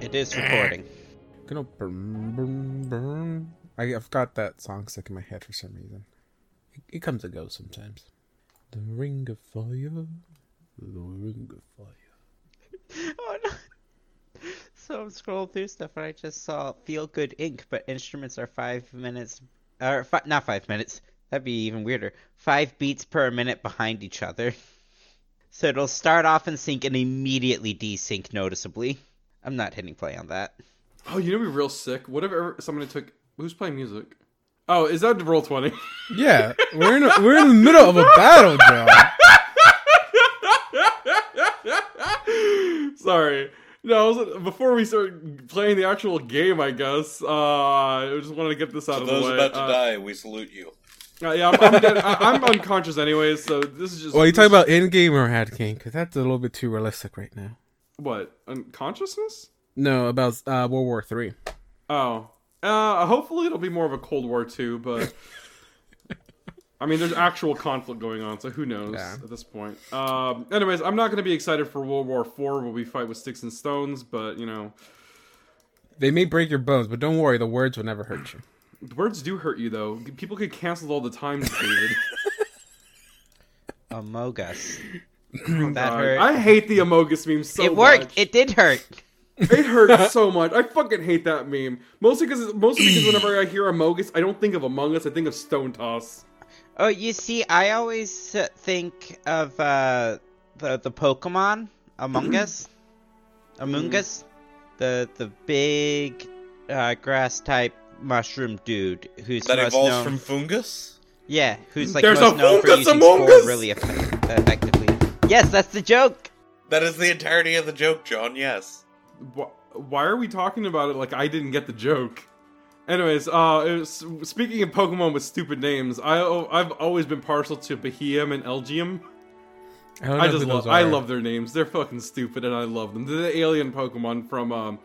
It is recording. Gonna burn, burn, burn. I, I've got that song stuck in my head for some reason. It, it comes and goes sometimes. The ring of fire. The ring of fire. oh no. So I'm scrolling through stuff and I just saw Feel Good Inc., but instruments are five minutes, or fi- not five minutes. That'd be even weirder. Five beats per minute behind each other. So it'll start off in sync and immediately desync noticeably. I'm not hitting play on that. Oh, you know, be real sick. What if ever somebody took who's playing music? Oh, is that roll twenty? Yeah, we're in a, we're in the middle of a battle, John. Sorry. No, I was, before we start playing the actual game, I guess uh, I just wanted to get this out For of the those way. about to Uh, die, we salute you. uh, yeah, I'm, I'm, dead. I, I'm unconscious anyways, so this is just. Well, you talking about in game or ad king? Because that's a little bit too realistic right now. what unconsciousness? No, about uh, World War Three. Oh, uh, hopefully it'll be more of a Cold War too, but I mean, there's actual conflict going on, so who knows Yeah. at this point. Um, anyways, I'm not going to be excited for World War Four where we fight with sticks and stones, but you know, They may break your bones, but don't worry, the words will never hurt you. the words do hurt you though. People get canceled all the time, David. Among Us. Oh, That God. hurt. I hate the Amogus meme so it worked. much. It did hurt. It hurts so much. I fucking hate that meme. Mostly because mostly because whenever I hear Amogus, I don't think of Among Us. I think of Stone Toss. Oh, you see, I always uh, think of uh, the the Pokemon Among Us, Mm. Among Us, the the big uh, grass type mushroom dude who's That most evolves known- from fungus? yeah, who's like There's most a known for fungus using Among Spore Us! really effect- effectively. Yes, that's the joke. That is the entirety of the joke, John, yes. Wh- Why are we talking about it like I didn't get the joke? Anyways, uh, it was- speaking of Pokemon with stupid names, I oh, I've always been partial to Behem and Elgium. I, don't know I who just those love I are. love their names. They're fucking stupid, and I love them. They're the alien Pokemon from um,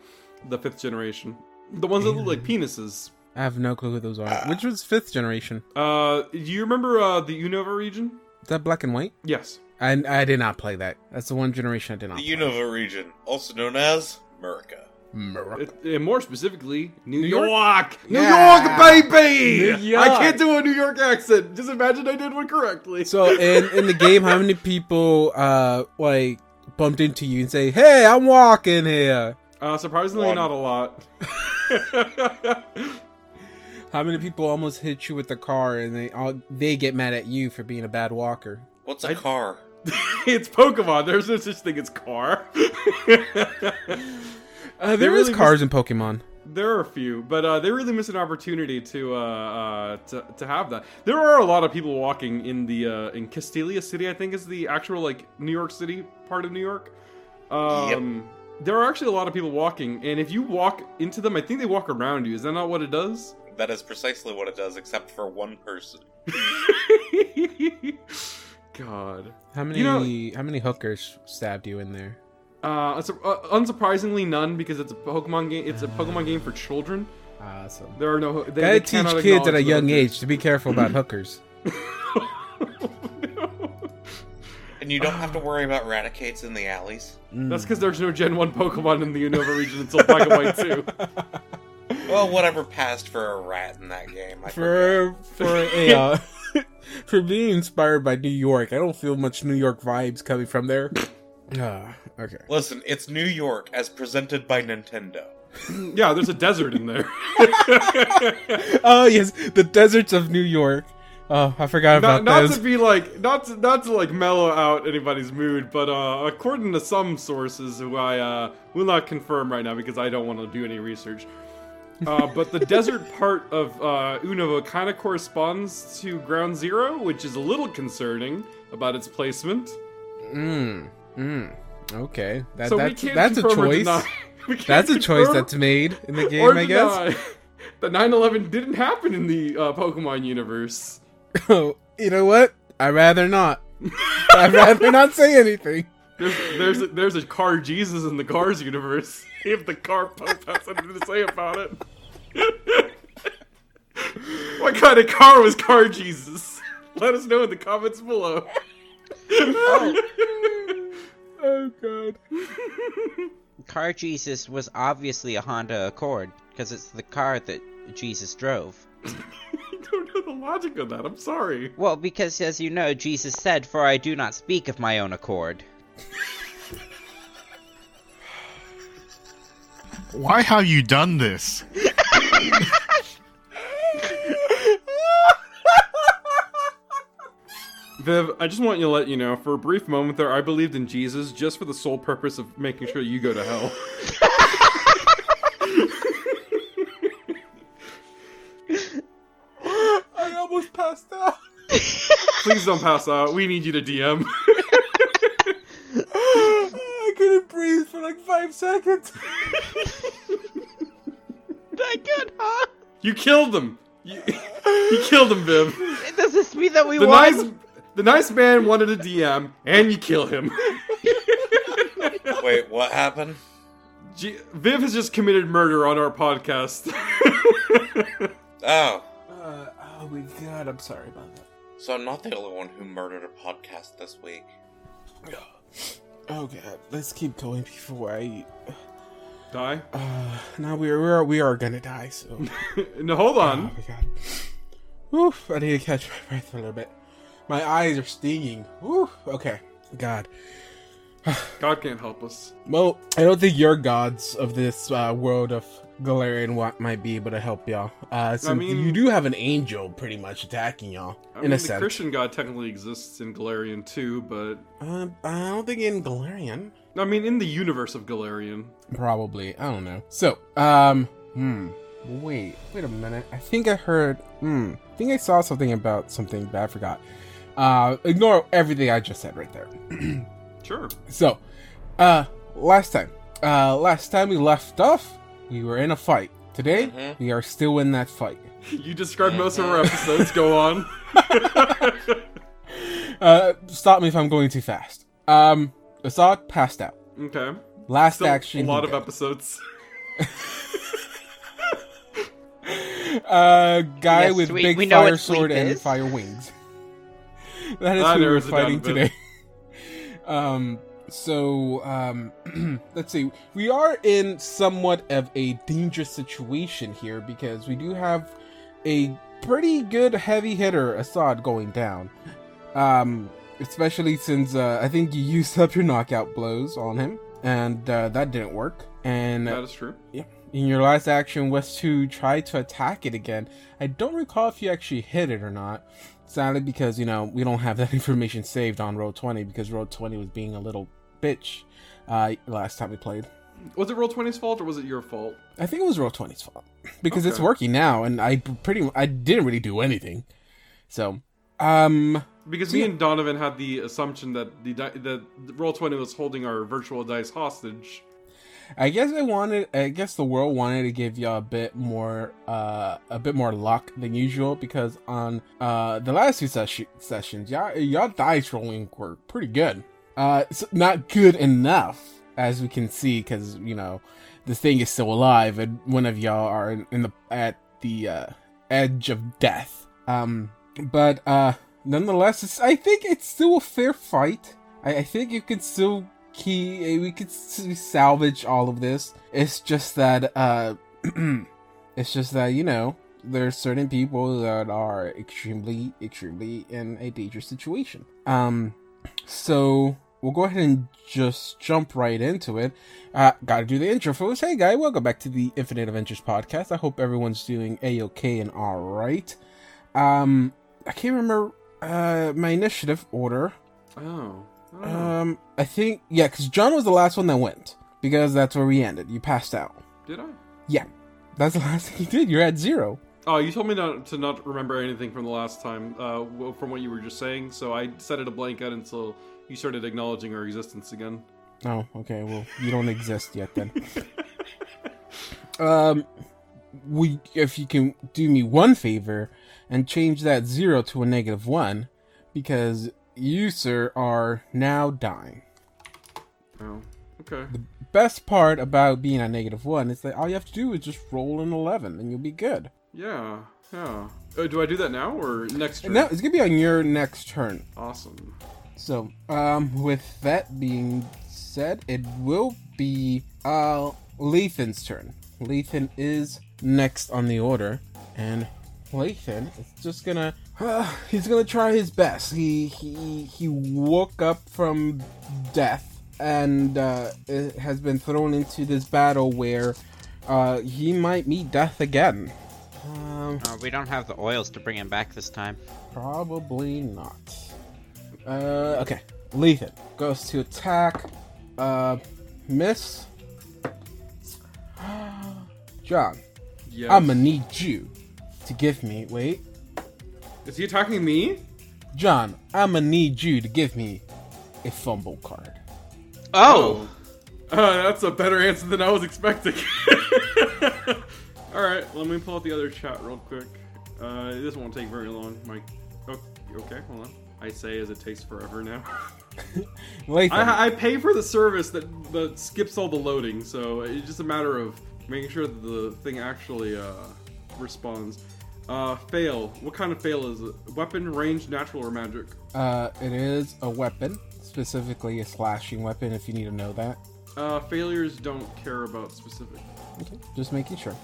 the fifth generation, the ones that look like penises. I have no clue who those are. Which was fifth generation? Uh, you remember uh, the Unova region? Is that black and white? Yes. I I did not play that. That's the one generation I did not. The play. Unova region, also known as America. Mur- It- and more specifically, New, York? York. New Yeah. York, baby! New York. I can't do a New York accent. Just imagine I did one correctly. So in in the game, how many people uh like bumped into you and say, "Hey, I'm walking here"? uh, surprisingly, One. not a lot. How many people almost hit you with the car and they all they get mad at you for being a bad walker? What's a I- car? it's Pokemon. There's no such thing as car. Uh, They there is really cars in Pokemon. there are a few, but uh, they really miss an opportunity to, uh, uh, to to have that. There are a lot of people walking in the uh, in Castelia City. I think is the actual like New York City part of New York. Um, There are actually a lot of people walking, and if you walk into them, I think they walk around you. Is that not what it does? That is precisely what it does, except for one person. God. How many You how many hookers stabbed you in there? Uh, so, uh, unsurprisingly, none because it's a Pokemon game. It's a Pokemon game for children. Awesome. There are no. They, Gotta they teach cannot kids at a acknowledge young those. age to be careful about hookers. And you don't have to worry about raticates in the alleys. That's because there's no Gen 1 Pokemon in the Unova region until Black and White 2. Well, whatever passed for a rat in that game. I forget. for for a uh, for being inspired by New York. I don't feel much New York vibes coming from there. Ah, okay. Listen, it's New York as presented by Nintendo. Yeah, there's a desert in there. Oh yes, the deserts of New York. Oh, I forgot not about not those. to be like, not to, not to like mellow out anybody's mood, but uh, according to some sources who I uh, will not confirm right now because I don't want to do any research, uh, but the desert part of uh, Unova kind of corresponds to Ground Zero, which is a little concerning about its placement. Mm, mm. Okay, that, so Uh, that's we can't that's a confirm or choice. deny- we can't That's a choice confirm that's made in the game, or I guess. deny that 9/11 didn't happen in the uh, Pokemon universe. Oh, you know what? I'd rather not. I'd rather not say anything. There's there's a, there's a car Jesus in the Cars universe. If the car Pope has something to say about it, what kind of car was Car Jesus? Let us know in the comments below. Oh god. car Jesus was obviously a Honda Accord because it's the car that Jesus drove. I don't know the logic of that. I'm sorry. Well, because as you know, Jesus said, "For I do not speak of my own accord." Why have you done this? Viv, I just want you to let you know, for a brief moment there, I believed in Jesus just for the sole purpose of making sure you go to hell. I almost passed out. Please don't pass out. We need you to DM. I couldn't breathe for like five seconds. Not good, huh? You killed them. You, you killed them, Viv. Does this mean that we The won? nice, the nice man wanted a DM, and you kill him. Wait, what happened? G- Viv has just committed murder on our podcast. Oh, Uh, oh my god, I'm sorry about that. so I'm not the only one who murdered a podcast this week. Oh god, let's keep going before I. Die? Uh, now we are we are we are gonna die. So. No, hold Oh on. my god. Oof, I need to catch my breath a little bit. My eyes are stinging. Oof, okay. God. God can't help us. Well, I don't think your gods of this uh, world of Galarian what might be able to help y'all. Uh, since mean- you do have an angel pretty much attacking y'all, I in mean, a the sense. Christian God technically exists in Galarian too, but Um, I don't think in Galarian. I mean, in the universe of Galarian. Probably. I don't know. So, um, hmm. Wait, wait a minute. I think I heard. Hmm. I think I saw something about something, but I forgot. Uh, ignore everything I just said right there. Sure. So, uh, last time, uh, last time we left off, we were in a fight. Today, Mhm. Mm-hmm. we are still in that fight. You described most of our episodes. Go on. Uh, stop me if I'm going too fast. Um, Assad passed out. okay. Last Still action. a lot he of did. episodes. Uh, guy Yes, with we- big we know fire what sleep sword and is. fire wings. that is Ah, who there we're is a down fighting bit. today. um, so um, let's see. We are in somewhat of a dangerous situation here because we do have a pretty good heavy hitter Assad going down. Um, especially since uh, I think you used up your knockout blows on him, and uh, that didn't work. And That is true. in your last action was to try to attack it again. I don't recall if you actually hit it or not. Sadly, because you know we don't have that information saved on roll twenty because roll twenty was being a little bitch uh, last time we played. Was it Roll 20's fault or was it your fault? I think it was roll 20's fault because it's Okay. working now, and I pretty I didn't really do anything. So, um, Because me and Donovan had the assumption that the di- that Roll 20 was holding our virtual dice hostage. I guess I wanted, I guess the world wanted to give y'all a bit more, uh, a bit more luck than usual because on uh the last two session sessions, y'all y'all dice rolling were pretty good. Uh, s not good enough as we can see because you know the thing is still alive and one of y'all are in, in the at the uh, edge of death. Um, but uh, nonetheless, it's, I think it's still a fair fight. I, I think you can still key. eh, We could s- salvage all of this. It's just that, uh, it's just that you know there's certain people that are extremely, extremely in a dangerous situation. Um, so we'll go ahead and just jump right into it. Uh, gotta do the intro first. Hey, guy, welcome back to the Infinite Adventures podcast. I hope everyone's doing a okay and all right. Um, I can't remember uh my initiative order. Oh. Oh. Um, I think yeah, because John was the last one that went because that's where we ended. You passed out. Did I? That's the last thing you did. You're at zero. Oh, you told me not to not remember anything from the last time, uh, w- from what you were just saying. So I set it a blank out until you started acknowledging our existence again. Oh, okay. Well, you don't exist yet then. um, we if you can do me one favor and change that zero to a negative one, because you sir are now dying. Oh. Okay. Best part about being a negative one is that all you have to do is just roll an eleven and you'll be good. Yeah. Yeah. Uh, do I do that now or next turn? And now it's gonna be on your next turn. Awesome. So, um, with that being said, it will be Uh, Lathan's turn. Lathan is next on the order, and Lathan is just gonna. uh, he's gonna try his best. He he he woke up from death and uh, it has been thrown into this battle where uh, he might meet death again. Um, Uh, we don't have the oils to bring him back this time. Probably not. Uh, okay. Lethan goes to attack. Uh, miss. John, Yes. I'm gonna need you to give me. Wait. Is he attacking me? John, I'm gonna need you to give me a fumble card. Oh, Uh, that's a better answer than I was expecting. All right, let me pull out the other chat real quick. Uh, this won't take very long, Mike. Oh, okay, hold on. I say as it takes forever now. Lathan, I, I pay for the service that, that skips all the loading, so it's just a matter of making sure that the thing actually uh, responds. Uh, fail. What kind of fail is it? Weapon, range, natural, or magic? uh, it is a weapon, specifically a slashing weapon. If you need to know that, Uh, failures don't care about specific. okay. just making sure.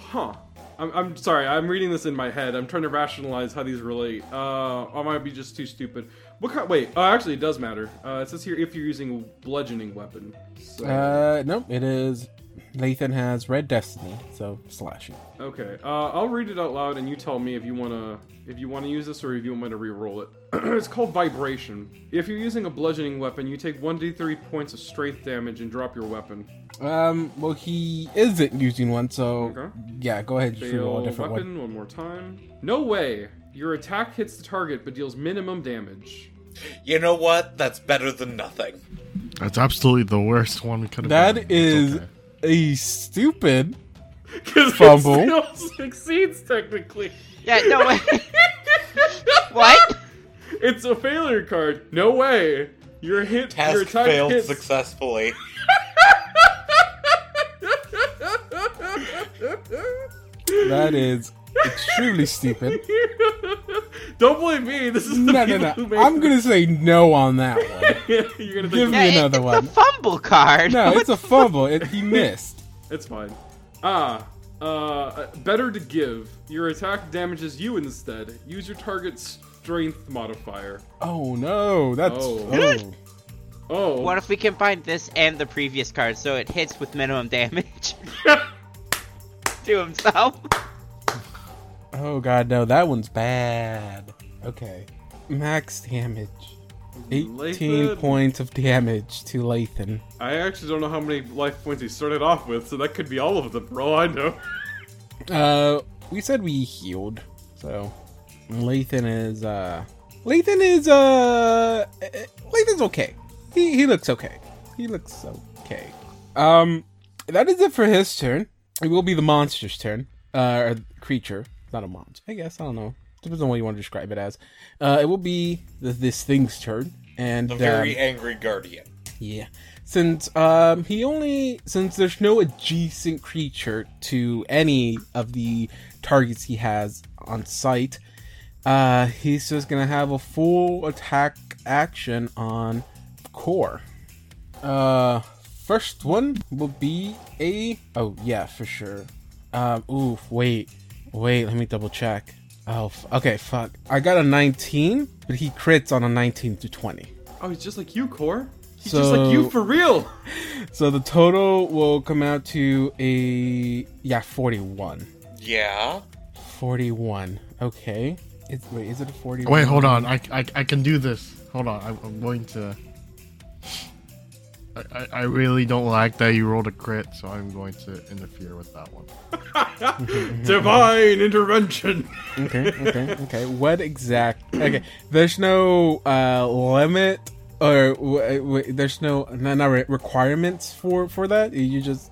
Huh. I'm, I'm sorry, I'm reading this in my head. I'm trying to rationalize how these relate. Uh, I might be just too stupid. What kind? Wait, uh, actually, it does matter. Uh, it says here if you're using bludgeoning weapon. So, Uh, nope. It is. Lathan has red destiny, so slashing. okay, uh, I'll read it out loud, and you tell me if you wanna if you wanna use this or if you want me to re-roll it. it's called vibration. If you're using a bludgeoning weapon, you take 1d3 points of strength damage and drop your weapon. Um, well, he isn't using one, so Okay. yeah, go ahead. Just Fail roll a different weapon one. one. more time. No way. Your attack hits the target but deals minimum damage. You know what? That's better than nothing. That's absolutely the worst one we could have. That gotten. is It's okay. a stupid. Because Fumble. still succeeds technically. yeah, no way. what? It's a failure card. No way. Your hit. your Task attack failed hits. successfully. That is extremely stupid. Don't blame me. This is No, the no, people no. who made. I'm gonna say no on that one. You're gonna Give think me Yeah, it- another it's one. a fumble card. No, it's a fumble. It, he missed. it's fine. Ah. Uh, better to give. Your attack damages you instead. Use your target's strength modifier. Oh no, that's Oh. oh. Oh. What if we combine this and the previous card so it hits with minimum damage to himself? Oh god, no, that one's bad. Okay, max damage. 18 Lathan. points of damage to Lathan. I actually don't know how many life points he started off with, so that could be all of them, bro. I know. Uh, we said we healed, so Lathan is uh, Lathan is uh, eh, Lathan's okay. He he looks okay. He looks okay. Um, that is it for his turn. It will be the monster's turn. Uh, or creature, not a monster. I guess I don't know. Depends on what you want to describe it as. Uh, it will be th- this thing's turn, and The um, very angry guardian. yeah. Since um he only since there's no adjacent creature to any of the targets he has on sight, uh he's just gonna have a full attack action on core. Uh first one will be a oh yeah, for sure. Um ooh, wait. Wait, let me double check. Oh, f- okay, fuck. I got a 19, but he crits on a 19 to 20. Oh, he's just like you, Core. He's So- just like you for real. So the total will come out to a yeah, 41. Yeah. 41. Okay. It's wait, is it a 41? Wait, hold on. I, I, I can do this. Hold on. I'm, I'm going to. I, I- I really don't like that you rolled a crit, so I'm going to interfere with that one. Divine intervention. Oh Okay, okay, okay. What exact? Okay, there's no uh limit or w- w- there's no no no re- requirements for for that. You just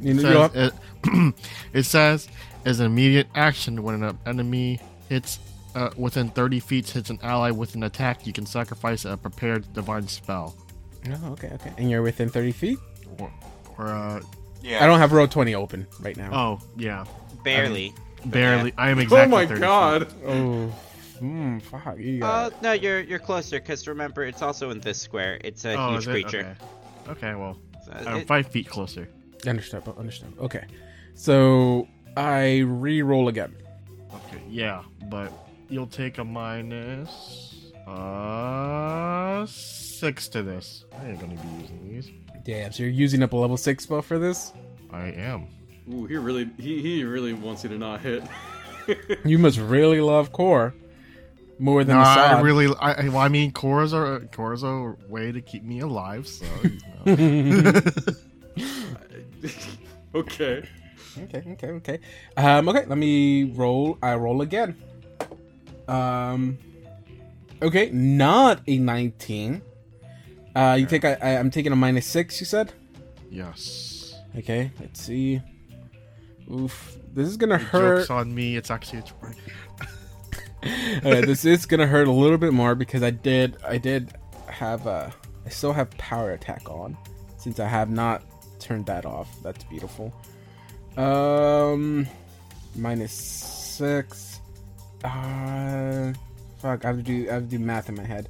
you It know you don't says, have- it, it says as an immediate action when an enemy hits uh, within 30 feet hits an ally with an attack, you can sacrifice a prepared divine spell. Oh, okay, okay. And you're within 30 feet. Or, or uh, Yeah. I don't have row 20 open right now. oh yeah, Barely. barely. I am Oh exactly. my 30 feet. god. Oh, hmm, fuck. You got Uh, no, you're you're closer because remember it's also in this square. It's a Oh, huge is it? creature. Okay. okay, well, I'm It- five feet closer. Understep, understep. Okay. So I re-roll again. Okay, yeah, but you'll take a minus uh six to this. I ain't gonna be using these. Damn, so you're using up a level six spell for this? I am. Ooh, he really he, he really wants you to not hit. You must really love core. More than No, I Assad. really. I, I- well, I mean, Cora's are Cora's a way to keep me alive. So you know. okay. Okay, okay, okay. Um, okay, let me roll. I roll again. Um, okay, not a nineteen. Uh, you take. A, I, I'm taking a minus six. You said. yes. Okay, let's see. Oof, this is gonna hurt. Jokes on me. It's actually a twenty. Okay, this is gonna hurt a little bit more because I did. I did have a. I still have power attack on, since I have not turned that off. That's beautiful. Um, minus six. Uh, fuck. I have to do. I have to do math in my head.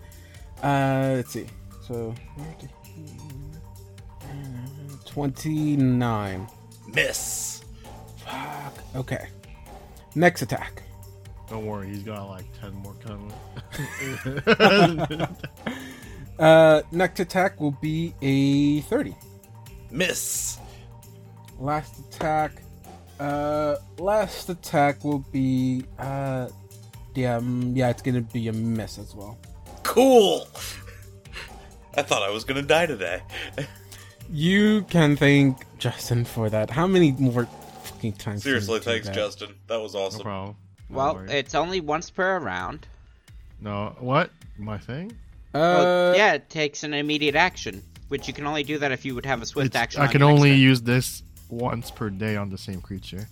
Uh, let's see. So, twenty-nine. Miss. Fuck. Okay. Next attack. Don't worry, he's got like ten more coming. Uh, next attack will be a 30. Miss. Last attack. Uh, last attack will be. Uh, yeah, mm, yeah, it's gonna be a miss as well. Cool. I thought I was gonna die today. You can thank Justin for that. How many more fucking times? can you Seriously, do thanks, that? Justin. That was No awesome. problem. No well, worries. it's only once per round. no. What my thing? Uh, Well, yeah, it takes an immediate action, which you can only do that if you would have a swift It's- action. I on can your next only turn. use this once per day on the same creature.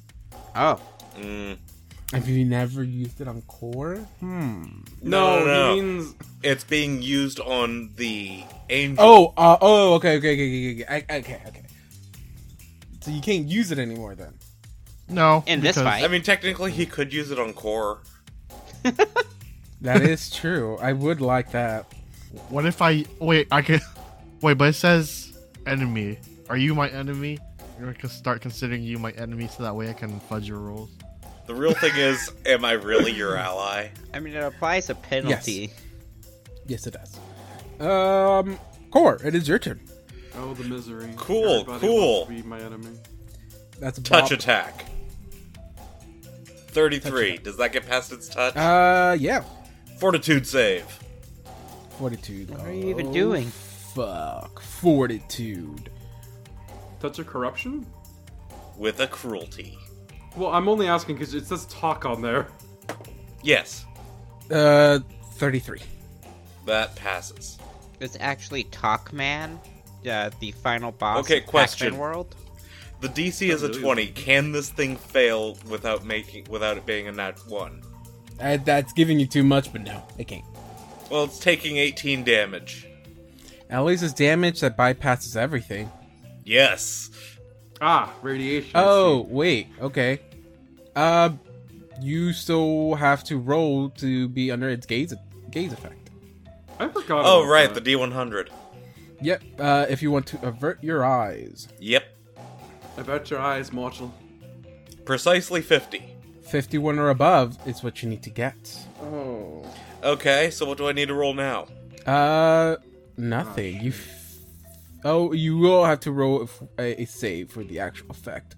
Oh, Mm. Have you never used it on core? Hmm. No, No, no, he no. means It's being used on the angel. Oh, uh, oh, okay, okay, okay, okay, okay, I- okay, okay. So you can't use it anymore then. No. In this because- fight. I mean, technically, he could use it on Core. That is true. I would like that. What if I wait? I could wait, but it says enemy. Are you my enemy? I'm gonna cons- start considering you my enemy, so that way I can fudge your rules. The real thing is, am I really your ally? I mean, it applies a penalty. Yes, it does. Um, core, it is your turn. oh the misery. Cool, Everybody cool. wants to be my enemy. That's a Touch bop. attack. 33. Does that get past its touch? Uh, yeah, Fortitude save. fortitude. Oh, What are you even doing? Fuck, fortitude. Touch of corruption? With a cruelty. Well, I'm only asking because it says talk on there. Yes, Uh, thirty-three. that passes. It's actually Talkman, uh, the final boss. Okay, of Pac-Man question. World. The DC is a Unbelievable. 20. Can this thing fail without making without it being a nat 1? Uh, that's giving you too much, but no, it can't. Well, it's taking 18 damage. At least it's damage that bypasses everything. Yes. Ah, radiation. I Oh wait, okay. Uh, you still have to roll to be under its gaze gaze effect. see. I forgot. Oh, about right, the that. D100. Yep. Uh, if you want to avert your eyes, Yep. About your eyes, Marshall. Precisely 50. fifty-one or above is what you need to get. Oh. Okay, so what do I need to roll now? Uh, nothing. you. F- oh, you will have to roll a f- a, a save for the actual effect.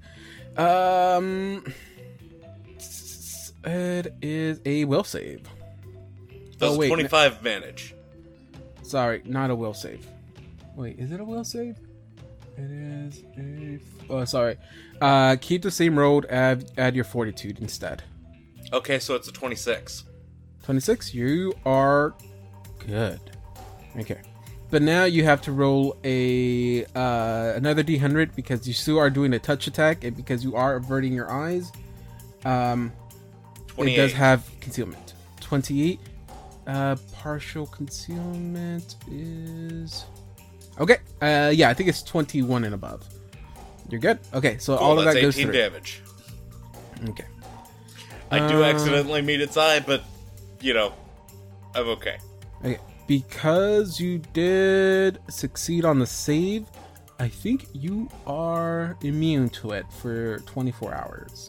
Um, s- it is a will save. Does wait, no- 25 manage? Sorry, not a will save. Wait, is it a will save? It is a. F- oh, sorry. Uh, keep the same roll. Add add your fortitude instead. Okay, so it's a 26. Twenty six. You are good. Okay. But now you have to roll a uh, another d100 because you still are doing a touch attack and because you are averting your eyes. Um, it 28. does have concealment. 28. Uh, partial concealment is okay. Uh, yeah, I think it's 21 and above. You're good. Okay, so Cool, all of that's that goes 18 through. damage. Okay. I do Uh, accidentally meet its eye, but, you know, I'm okay. Okay, because you did succeed on the save, I think you are immune to it for 24 hours.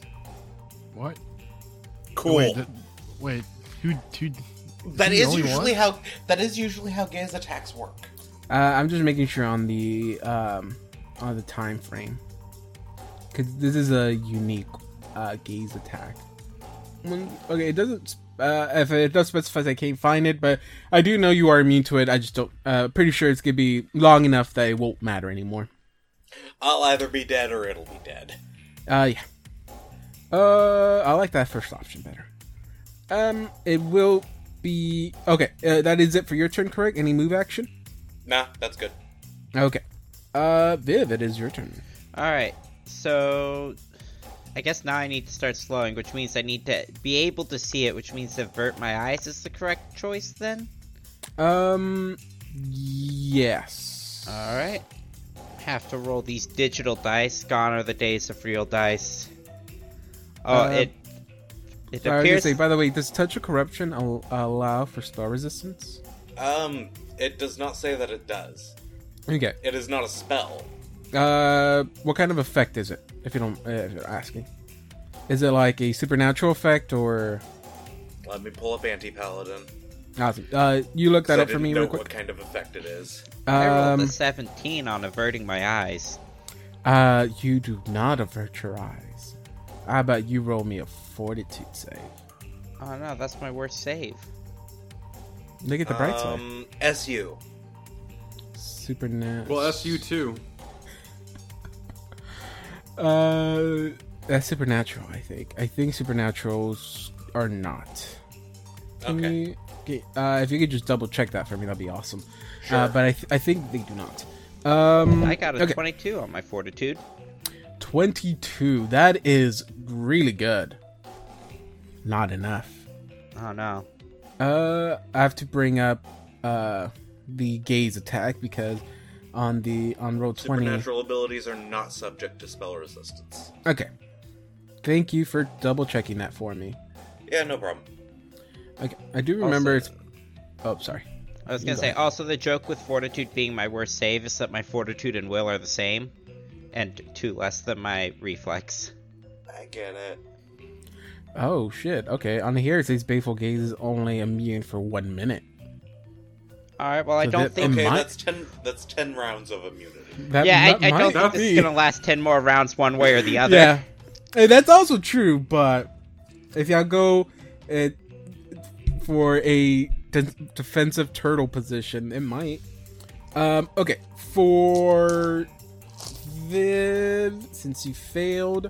What? Cool. Wait, that, wait who, who? is that he the is only usually one? how that is usually how gaze attacks work. Uh, I'm just making sure on the um, on the time frame because this is a unique uh, gaze attack. When- okay, it doesn't. sp- Uh, if it does specify, I can't find it, but I do know you are immune to it. I just don't. Uh, pretty sure it's gonna be long enough that it won't matter anymore. I'll either be dead or it'll be dead. Uh, yeah. Uh, I like that first option better. Um, it will be okay. Uh, that is it for your turn, correct? Any move action? Nah, that's good. Okay. Uh, Viv, it is your turn. All right. So I guess now I need to start slowing, which means I need to be able to see it, which means avert my eyes is the correct choice then. Um, yes. All right. Have to roll these digital dice. Gone are the days of real dice. Oh, Uh, it I it was gonna appears say, by the way, does touch of corruption al- allow for star resistance? Um, it does not say that it does. Okay. It is not a spell. Uh, what kind of effect is it? If you don't, uh, if you're asking, is it like a supernatural effect or? Let me pull up Anti Paladin. Awesome. Uh, you look that up for me know real quick. what kind of effect it is. I rolled a Um, 17 on averting my eyes. uh, you do not avert your eyes. How about you roll me a fortitude save? Oh no, that's my worst save. Look at the bright side. um, SU. Supernatural. Well, SU too. Uh, that's supernatural. I think. I think supernaturals are not. Can Okay. you- okay, uh, if you could just double check that for me, that'd be awesome. Uh, but I, th- I think they do not. Um, I got a okay, 22 on my fortitude. twenty-two. That is really good. Not enough. Oh no. Uh, I have to bring up uh the gaze attack because on the on roll twenty. Supernatural abilities are not subject to spell resistance. Okay. Thank you for double checking that for me. Yeah, no problem. Okay, I do remember Also- it's. Oh, sorry. I was You gonna go say ahead. also the joke with fortitude being my worst save is that my fortitude and will are the same, and two less than my reflex. I get it. Oh shit. Okay, on here it says baleful gaze is only immune for one minute. All right, well I So don't that- think um, Okay, Might- that's ten. That's ten rounds of immunity. That, yeah that I, I don't might think this be. is gonna last ten more rounds one way or the other. Yeah, Hey, that's also true. But if y'all go it, for a de- defensive turtle position, it might. Um, okay, for Viv, since you failed,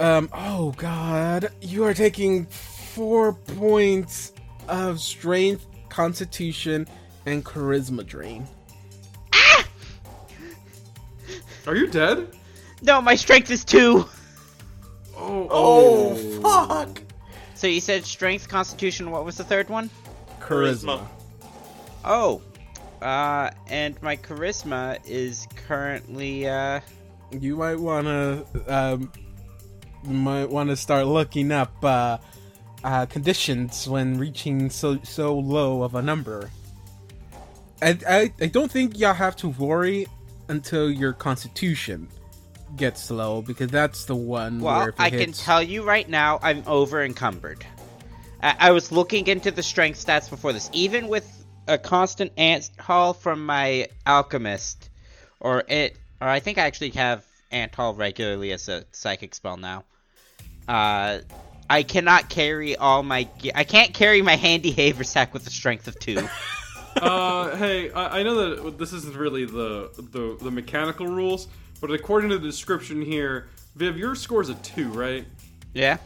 um, oh god, you are taking four points of strength, constitution, and charisma drain. Are you dead? No, my strength is two. Oh, Oh fuck! So you said strength, constitution. What was the third one? Charisma. Oh, uh, and my charisma is currently uh. you might want to um, you might want to start looking up uh, uh, conditions when reaching so so low of a number. I, I I don't think y'all have to worry until your constitution gets low because that's the one where Well, if it I can hits- tell you right now, I'm over encumbered. I-, I was looking into the strength stats before this. Even with a constant ant haul from my alchemist, or it, or I think I actually have ant haul regularly as a psychic spell now. Uh, I cannot carry all my. Ge- I can't carry my handy haversack with a strength of two. uh, hey, I, I know that this isn't really the, the the mechanical rules, but according to the description here, Viv, your score's a two, right? yeah.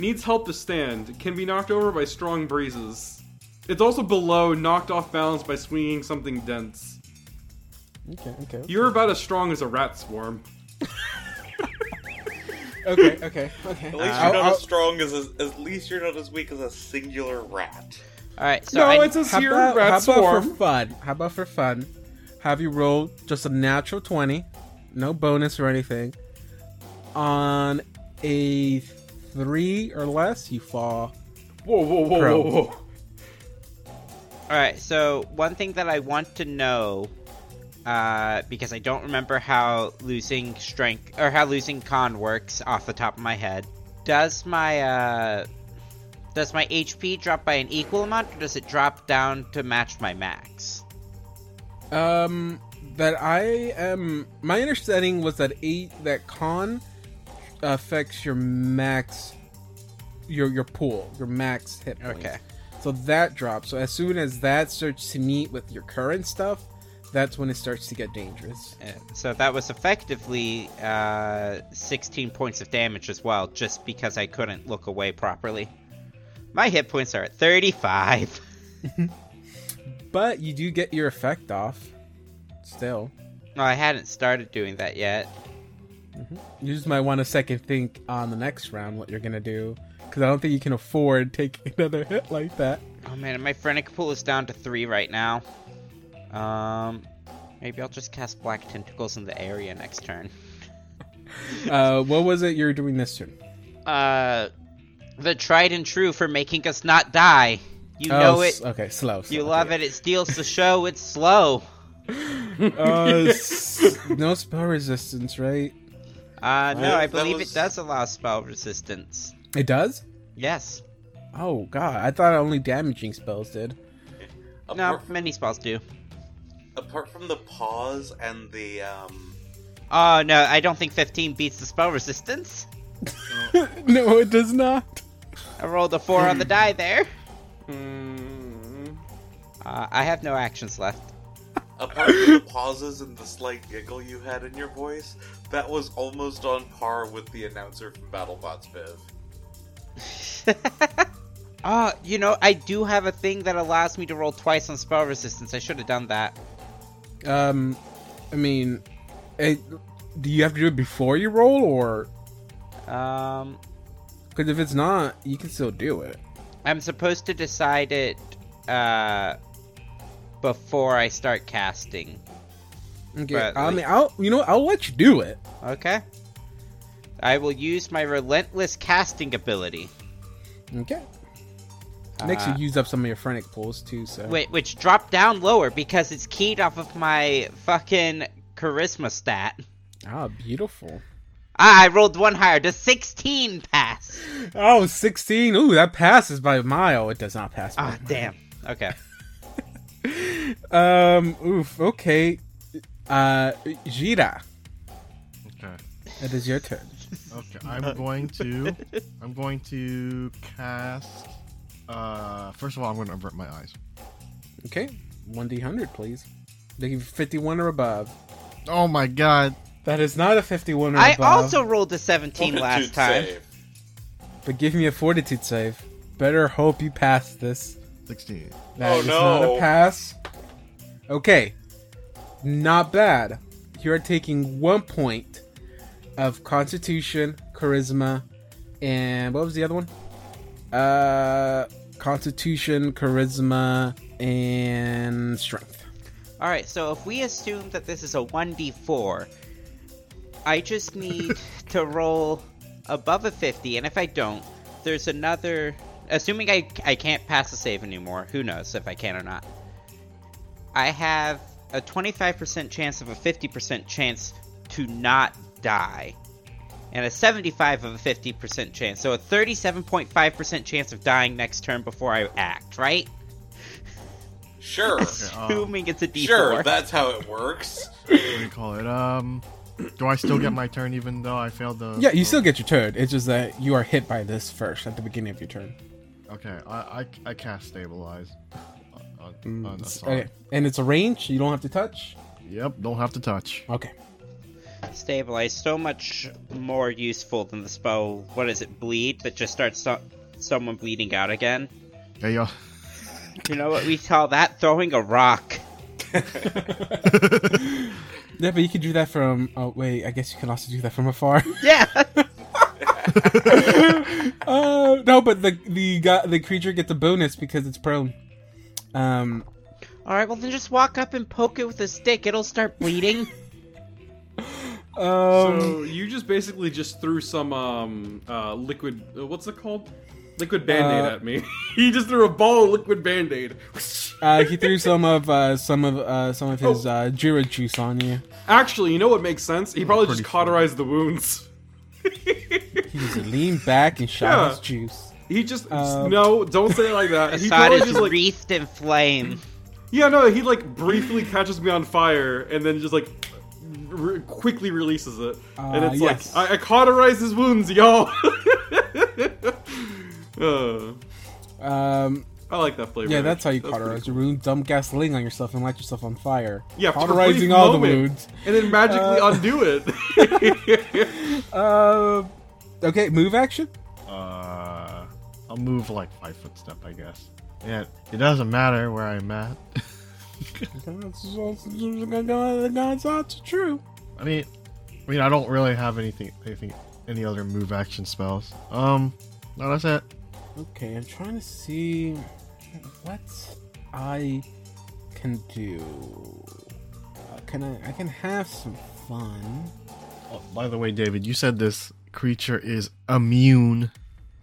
Needs help to stand. Can be knocked over by strong breezes. It's also below knocked off balance by swinging something dense. Okay, okay, You're about as strong as a rat swarm. okay, okay, okay. At least Uh, you're not I'll- as strong as, a, at least you're not as weak as a singular rat. All right. So no, I- it's a How zero about, how rat about for swarm. fun? How about for fun? Have you roll just a natural 20, no bonus or anything. On a 3 or less, you fall. Whoa, whoa, whoa, Pro. whoa, whoa. All right, so one thing that I want to know uh, because I don't remember how losing strength or how losing con works off the top of my head. Does my uh, does my HP drop by an equal amount, or does it drop down to match my max? Um, that I am. My understanding was that eight that con affects your max, your your pool, your max hit points. Okay. So that drops. So as soon as that starts to meet with your current stuff, that's when it starts to get dangerous. Uh, So that was effectively uh, 16 points of damage as well, just because I couldn't look away properly. My hit points are at 35. But you do get your effect off. Still, No, I hadn't started doing that yet. you just might want to second think on the next round what you're gonna do, because I don't think you can afford taking another hit like that. Oh man, and my frenetic pool is down to three right now. Um, maybe I'll just cast black tentacles in the area next turn. Uh, what was it you were doing this turn? Uh, the tried and true for making us not die. You know oh, it. s- Okay, slow. slow You love it. It steals the show. It's slow. Uh, s- no spell resistance, right? Uh, no, Well, I that believe was- it does allow spell resistance. It does. Yes. Oh god, I thought only damaging spells did. No, Apart, many spells do. apart from the pause and the um, Oh no, I don't think 15 beats the spell resistance. no, it does not. I rolled a four on the die there. Mm. Uh, I have no actions left. apart from the pauses and the slight giggle you had in your voice, that was almost on par with the announcer from BattleBots Viv. Ah, you know, I do have a thing that allows me to roll twice on spell resistance. I should have done that. Um, I mean, it, do you have to do it before you roll, or Um, because if it's not, you can still do it. I'm supposed to decide it uh, before I start casting. Okay, But, I like- mean, I'll you know what, I'll let you do it. Okay. I will use my relentless casting ability, Okay. Makes Uh, you use up some of your frenetic pulls too. So whi- which drop down lower because it's keyed off of my fucking charisma stat. ah, beautiful. Ah, I rolled one higher. Does 16 pass? Oh, 16. Ooh, that passes by a mile. It does not pass. By Ah, a mile. damn. Okay. Um, oof, okay. Uh, Jira, Okay. it is your turn. Okay, I'm going to I'm going to cast uh first of all I'm gonna avert my eyes. Okay, 1d100, please. They give you 51 or above. Oh my god. That is not a 51 or I above. also rolled a 17 Fortitude last time. save. But give me a fortitude save. Better hope you pass this. Sixteen. That Oh, is no. not a pass. Okay, not bad. You are taking one point of Constitution, Charisma, and what was the other one? Uh, Constitution, Charisma, and Strength. All right, so if we assume that this is a 1d4, I just need to roll above a 50, and if I don't, there's another. Assuming I, I can't pass the save anymore, who knows if I can or not. I have a 25% chance of a 50% chance to not die, and a 75 of a 50% chance, so a 37.5% chance of dying next turn before I act, right? Sure, Assuming it's a d4. sure, that's how it works. What do you call it? Um do I still get my turn even though I failed the Yeah, you the- still get your turn. It's just that you are hit by this first at the beginning of your turn. Okay, I I, I cast stabilize. On, on Asar. Mm, Okay, and it's a range. You don't have to touch. Yep, don't have to touch. Okay. stabilize so much more useful than the spell what is it bleed that just starts so- someone bleeding out again Hey yo. you know what we call that throwing a rock Yeah, but you can do that from. Oh wait, I guess you can also do that from afar. yeah uh, no, but the the guy, the creature gets a bonus because it's prone. Um, all right well then just walk up and poke it with a stick it'll start bleeding um, so you just basically just threw some um uh liquid uh, what's it called liquid band-aid Uh, at me he just threw a ball of liquid band-aid Uh, he threw some of uh, some of uh, some of his uh, Jira juice on you. Actually, you know what makes sense? He probably just pretty cauterized the wounds. He just leaned back and shot Yeah. his juice. He just, Um. no, don't say it like that. He Assad probably is just like wreathed in flame. yeah, no, he like briefly catches me on fire and then just like re- quickly releases it, and Uh, it's yes. like I, I cauterized his wounds, y'all. Uh, Um, I like that flavor. yeah, that's how you actually. pretty cauterize cool. your wound. Dump gasoline on yourself and light yourself on fire. Yeah, for a brief cauterizing all the moment, wounds. and then magically Uh. undo it. Uh, okay, move action. Uh, I'll move like five foot step, I guess. Yeah, it doesn't matter where I'm at. That's true. I mean, I mean, I don't really have anything, anything, any other move action spells. Um, no, that's it. Okay, I'm trying to see what I can do. Uh, can I? I can have some fun. Oh, by the way, David, you said this creature is immune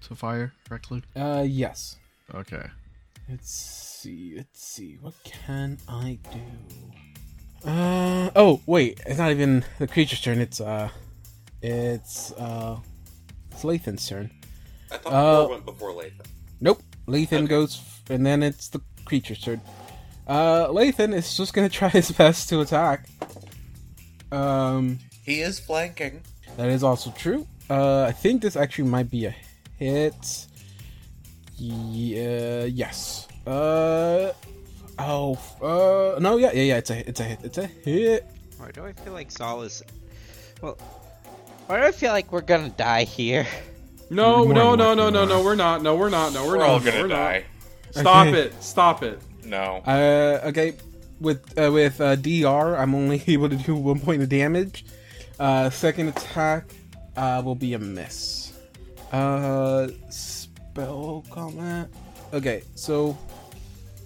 to fire, correctly? Uh, yes. Okay. Let's see. Let's see. What can I do? Uh oh. Wait. It's not even the creature's turn. It's uh, it's uh, it's Lathan's turn. I thought Uh, War went before Lathan. Nope. Lathan goes, f- and then it's the creature's turn. Uh, Lathan is just gonna try his best to attack. Um, He is flanking. that is also true. Uh, I think this actually might be a hit. Yeah. Yes. Uh. Oh. f- Uh. No. Yeah. Yeah. Yeah. It's a. It's a hit. It's a hit. Or do I feel like Saul is. Well. Or do I feel like we're gonna die here? No, More no, no, than no, likely no, no, not. we're not. No, we're not. No, we're, We're, not. all no, gonna we're die. Not. Stop Okay. it. Stop it. No. Uh, okay, with uh, with uh, DR, I'm only able to do one point of damage. Uh, second attack uh, will be a miss. Uh, spell comment. Okay, so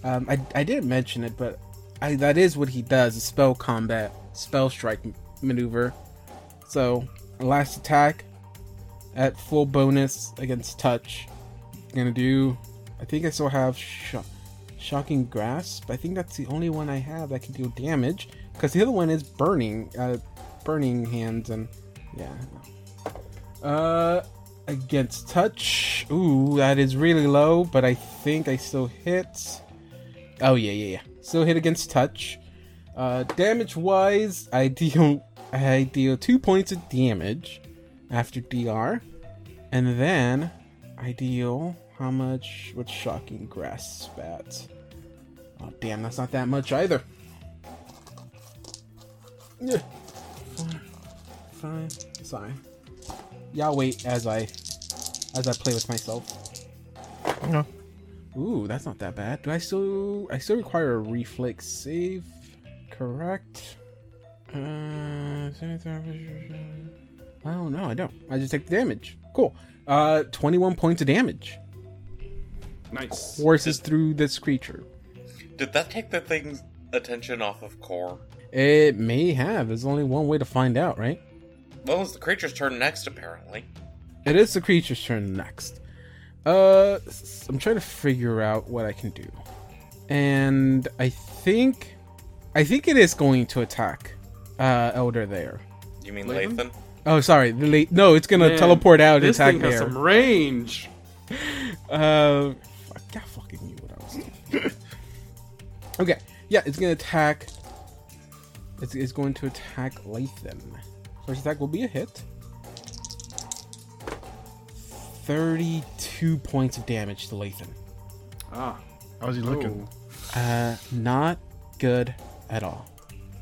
um, I I didn't mention it, but I, that is what he does: is spell combat, spell strike m- maneuver. So last attack at full bonus against touch. Gonna do. I think I still have. Sh- Shocking Grasp. I think that's the only one I have that can deal damage. Because the other one is Burning. Uh, burning Hands and... Yeah. no. Uh, against Touch. Ooh, that is really low, but I think I still hit. Oh, yeah, yeah, yeah. Still hit against Touch. Uh, damage-wise, I deal... I deal two points of damage after DR. And then I deal how much with shocking grasp at? Oh damn, that's not that much either. Yeah. Four, five. Sorry. Y'all wait as I as I play with myself. No. Ooh, that's not that bad. Do I still I still require a reflex save? Correct. Uh, oh no, I don't. I just take the damage. Cool. Uh, twenty-one points of damage Nice. forces through this creature. Did that take the thing's attention off of Core? It may have. There's only one way to find out, right? Well, it's the creature's turn next, apparently. It is the creature's turn next. Uh, s- I'm trying to figure out what I can do, and I think, I think it is going to attack, uh, Elder there. You mean Lathan? Lathan? Oh, sorry. The late, no, it's gonna Man, teleport out and This attack thing has there. some range. Uh, fuck, I fucking knew what I was doing. okay, yeah, it's gonna attack. It's, it's going to attack Lathan. First attack will be a hit. 32 points of damage to Lathan. Ah. How's he looking? Uh, not good at all.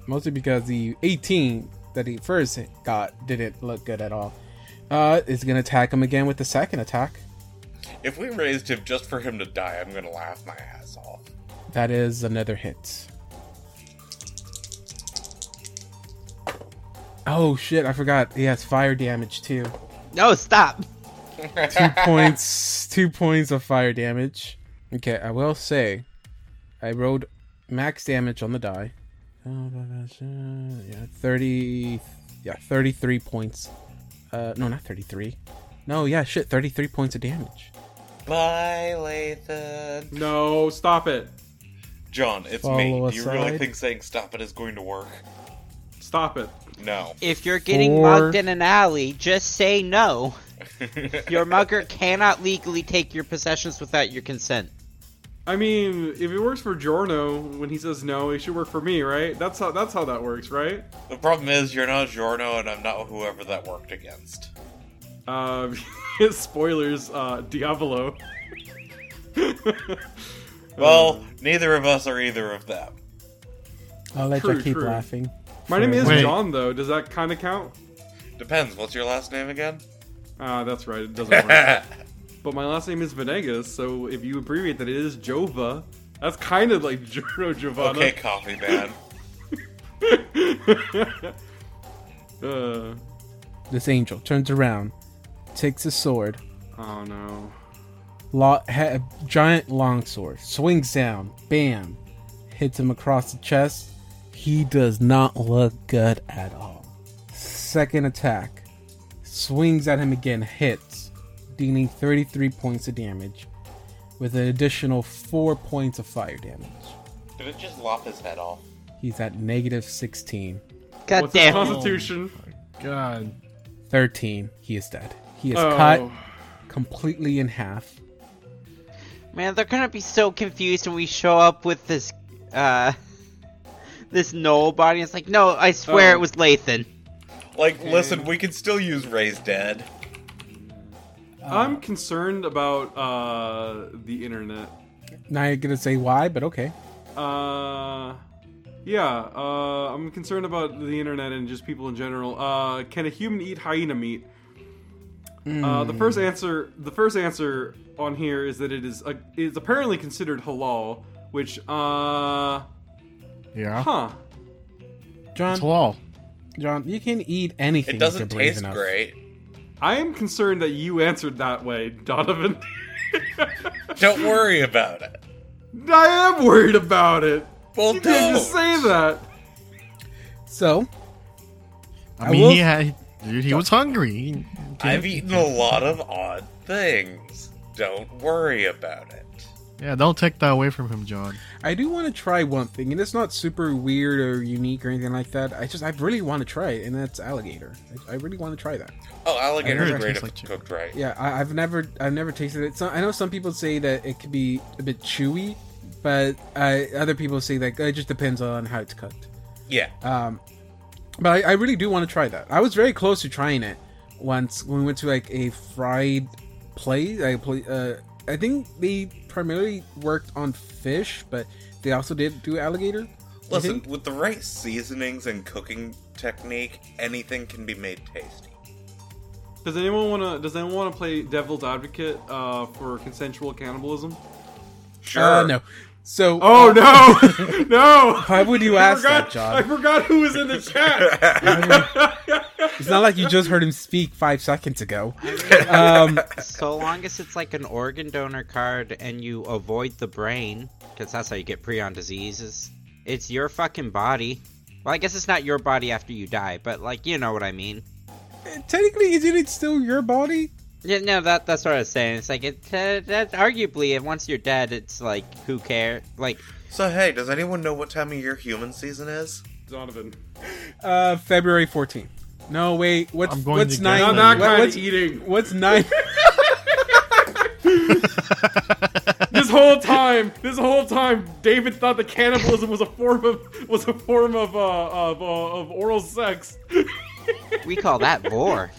Mostly because the 18 that he first got didn't look good at all. Uh, it's gonna attack him again with the second attack. If we raised him just for him to die, I'm gonna laugh my ass off. That is another hit. Oh shit, I forgot. He has fire damage too. No, stop! Two points two points of fire damage. Okay, I will say I rolled max damage on the die. Yeah, thirty yeah, thirty-three points. Uh no not thirty-three. No, yeah, shit, thirty-three points of damage. Bye, Lathan. No, stop it. John, it's Follow me. Do you really aside. think saying stop it is going to work? Stop it. No. If you're getting Four. mugged in an alley, just say no. Your mugger cannot legally take your possessions without your consent. I mean, if it works for Jorno when he says no, it should work for me, right? That's how that's how that works, right? The problem is, you're not Giorno, and I'm not whoever that worked against. Uh, spoilers, uh, Diablo. Uh. Well, neither of us are either of them. I'll let True, you keep true. laughing. My name is Wait. John, though. Does that kind of count? Depends. What's your last name again? Ah, that's right. It doesn't work. but my last name is Venegas, so if you abbreviate that, it is Jova. That's kind of like Jorno Giovanna. okay, coffee man. uh, This angel turns around, takes a sword, oh no. lo- ha- a giant longsword, swings down, bam, hits him across the chest. He does not look good at all. Second attack, swings at him again, hits, dealing 33 points of damage, with an additional 4 points of fire damage. Did it just lop his head off? He's at negative 16. God What's his damn. it. constitution? God. 13, he is dead. He is Oh. cut completely in half. Man, they're gonna be so confused when we show up with this, uh, this Noel body. It's like, no, I swear Oh. it was Lathan. Like, listen, we can still use Ray's dead. I'm concerned about uh, the internet. Not gonna say why, but okay. Uh, yeah, uh, I'm concerned about the internet and just people in general. Uh, can a human eat hyena meat? Uh, Hmm. the first answer, the first answer on here is that it is uh, is apparently considered halal, which uh, Yeah. huh? It's John, halal. John, you can eat anything. It if doesn't you're brave taste enough. great. I am concerned that you answered that way, Donovan. Don't worry about it. I am worried about it. Well, You don't. can't just say that. So, I I mean, will- he had. Dude, he was hungry. He- I've eaten a lot of odd things. Don't worry about it. Yeah, don't take that away from him, John. I do want to try one thing, and it's not super weird or unique or anything like that. I just, I really want to try it, and that's alligator. I, I really want to try that. Oh, alligator I heard it is great tastes if like it's chicken. cooked right. Yeah, I, I've never, I've never tasted it. So I know some people say that it could be a bit chewy, but uh, other people say that it just depends on how it's cooked. Yeah. Uh, Um, but I, I really do want to try that. I was very close to trying it once when we went to like a fried place. I play, uh, I think they primarily worked on fish, but they also did do alligator. I Listen, think- with the right seasonings and cooking technique, anything can be made tasty. Uh, Does anyone want to? Does anyone want to play devil's advocate uh, for consensual cannibalism? Sure. Uh, no. So, Oh no, no! why would you I ask forgot, that, I John? forgot who was in the chat. It's not like you just heard him speak five seconds ago. Um, So long as it's like an organ donor card and you avoid the brain, because that's how you get prion diseases. It's your fucking body. Well, I guess it's not your body after you die, but like you know what I mean. technically, isn't it still your body? Yeah, no, that that's what I was saying. It's like it uh, that arguably, and once you're dead, it's like who cares? Like So, hey, does anyone know what time of year human season is? Donovan, Uh, February 14th. No, wait. What's I'm going what's to nine? not guess Not that that what- kind what's, of eating. what's nine? This whole time, this whole time, David thought that cannibalism was a form of was a form of uh, of, uh, of oral sex. we call that vor.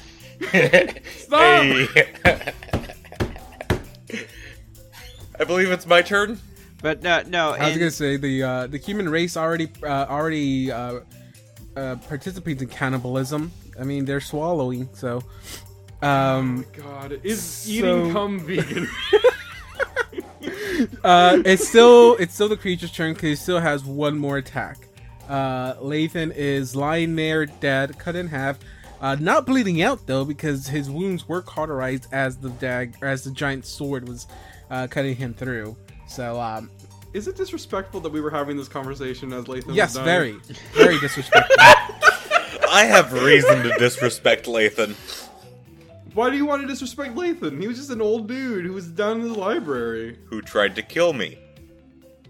Stop! I believe it's my turn. But no, no. I was and- gonna say the uh, the human race already uh, already uh, uh, participates in cannibalism. I mean, they're swallowing. So, um, God, is So- eating cum vegan? uh, it's still it's still the creature's turn because he still has one more attack. Uh, Lathan is lying there dead, cut in half, uh, not bleeding out though because his wounds were cauterized as the dag or as the giant sword was uh, cutting him through. So, um, is it disrespectful that we were having this conversation as Latham? was yes, dying? very, very disrespectful. I have reason to disrespect Lathan. Why do you want to disrespect Latham? He was just an old dude who was down in the library. who tried to kill me.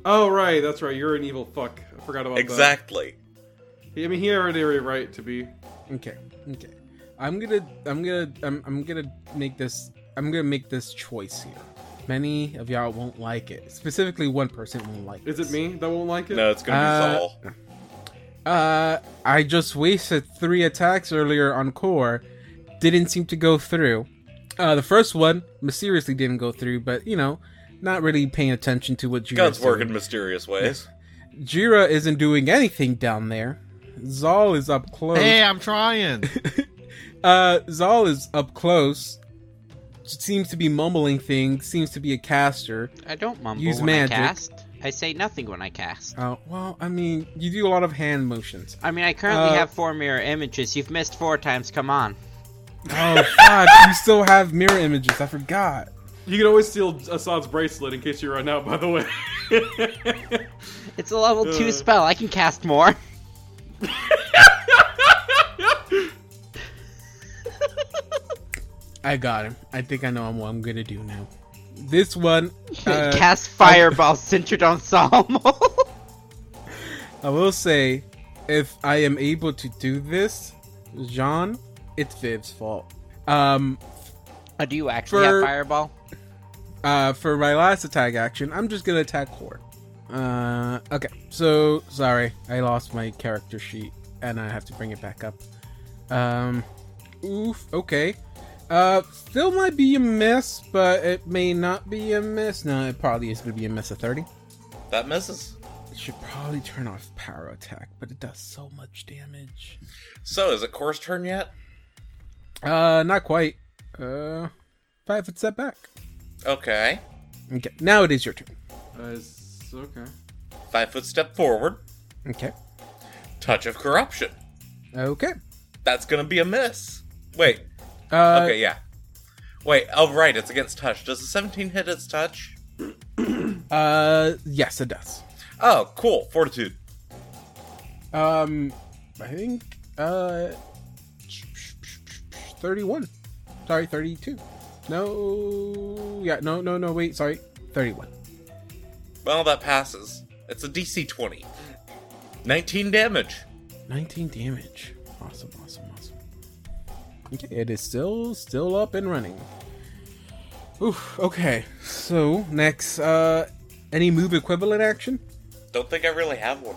Oh right, that's right. You're an evil fuck. I forgot about Exactly. that. I mean, he already had a right to be. Okay. Okay. I'm gonna. I'm gonna. I'm, I'm gonna make this. I'm gonna make this choice here. Many of y'all won't like it. Specifically, one person won't like. Is this. it me that won't like it? No, it's gonna Uh, be Saul. Uh, I just wasted three attacks earlier on core. Didn't seem to go through. Uh, the first one mysteriously didn't go through, but you know, not really paying attention to what Jira's God's doing. work in mysterious ways. Jira isn't doing anything down there. Zal is up close. Hey, I'm trying. Uh, Zal is up close. Seems to be mumbling things. Seems to be a caster. I don't mumble Use when magic. I cast. I say nothing when I cast. Uh, well, I mean, you do a lot of hand motions. I mean, I currently Uh, have four mirror images. You've missed four times. Come on. Oh God, you still have mirror images. I forgot. You can always steal Assad's bracelet in case you run out. By the way. It's a level Uh. two spell. I can cast more. I got him. I think I know what I'm gonna do now. This one, uh, cast fireball centered on Salmo. uh, I will say, if I am able to do this, Jean, it's Viv's fault. Um, Oh, do you actually For- have fireball? Uh, for my last attack action, I'm just gonna attack core. Uh, okay. So sorry, I lost my character sheet, and I have to bring it back up. Um, oof. Okay. Uh, still might be a miss, but it may not be a miss. No, it probably is gonna be a miss of thirty. That misses. It should probably turn off power attack, but it does so much damage. So, is it Core's turn yet? Uh, not quite. Uh, five foot step back. Okay. Okay, now it is your turn. Uh, it's okay. Five foot step forward. Okay. Touch of corruption. Okay. That's gonna be a miss. Wait. Uh, Okay, yeah. Wait. Oh, right. It's against touch. Does the 17 hit its touch? Uh, yes, it does. Oh, cool. Fortitude. Um, I think uh, thirty-one. Sorry, thirty-two. No, yeah, no, no, no. Wait, sorry, thirty-one. Well, that passes. It's a DC 20. 19 damage. Nineteen damage. Awesome, awesome, awesome. Okay, it is still still up and running. Oof. Okay, so next, uh, any move equivalent action? Don't think I really have one.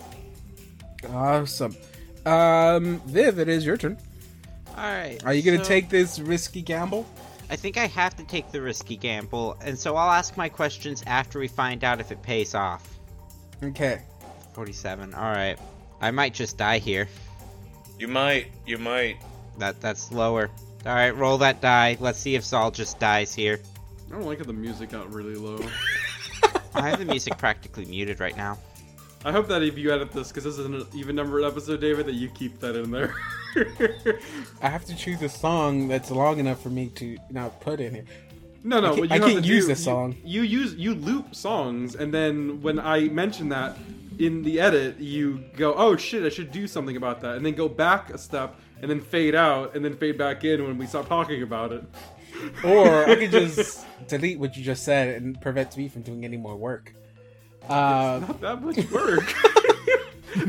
Awesome. Um, Viv, it is your turn. All right. Are you gonna so- take this risky gamble? I think I have to take the risky gamble, and so I'll ask my questions after we find out if it pays off. Okay. 47. All right. I might just die here. You might. You might. That that's lower. All right, roll that die. Let's see if Saul just dies here. I don't like how the music got really low. I have the music practically muted right now. I hope that if you edit this, because this is an even numbered episode, David, that you keep that in there. I have to choose a song that's long enough for me to not put in here. no, I no, can't- what you I have can't to use do, this you- song. You, use you loop songs, and then when I mention that in the edit, you go, "Oh shit, I should do something about that," and then go back a step, and then fade out, and then fade back in when we stop talking about it. Or I could just delete what you just said and prevent me from doing any more work. Uh, Not that much work.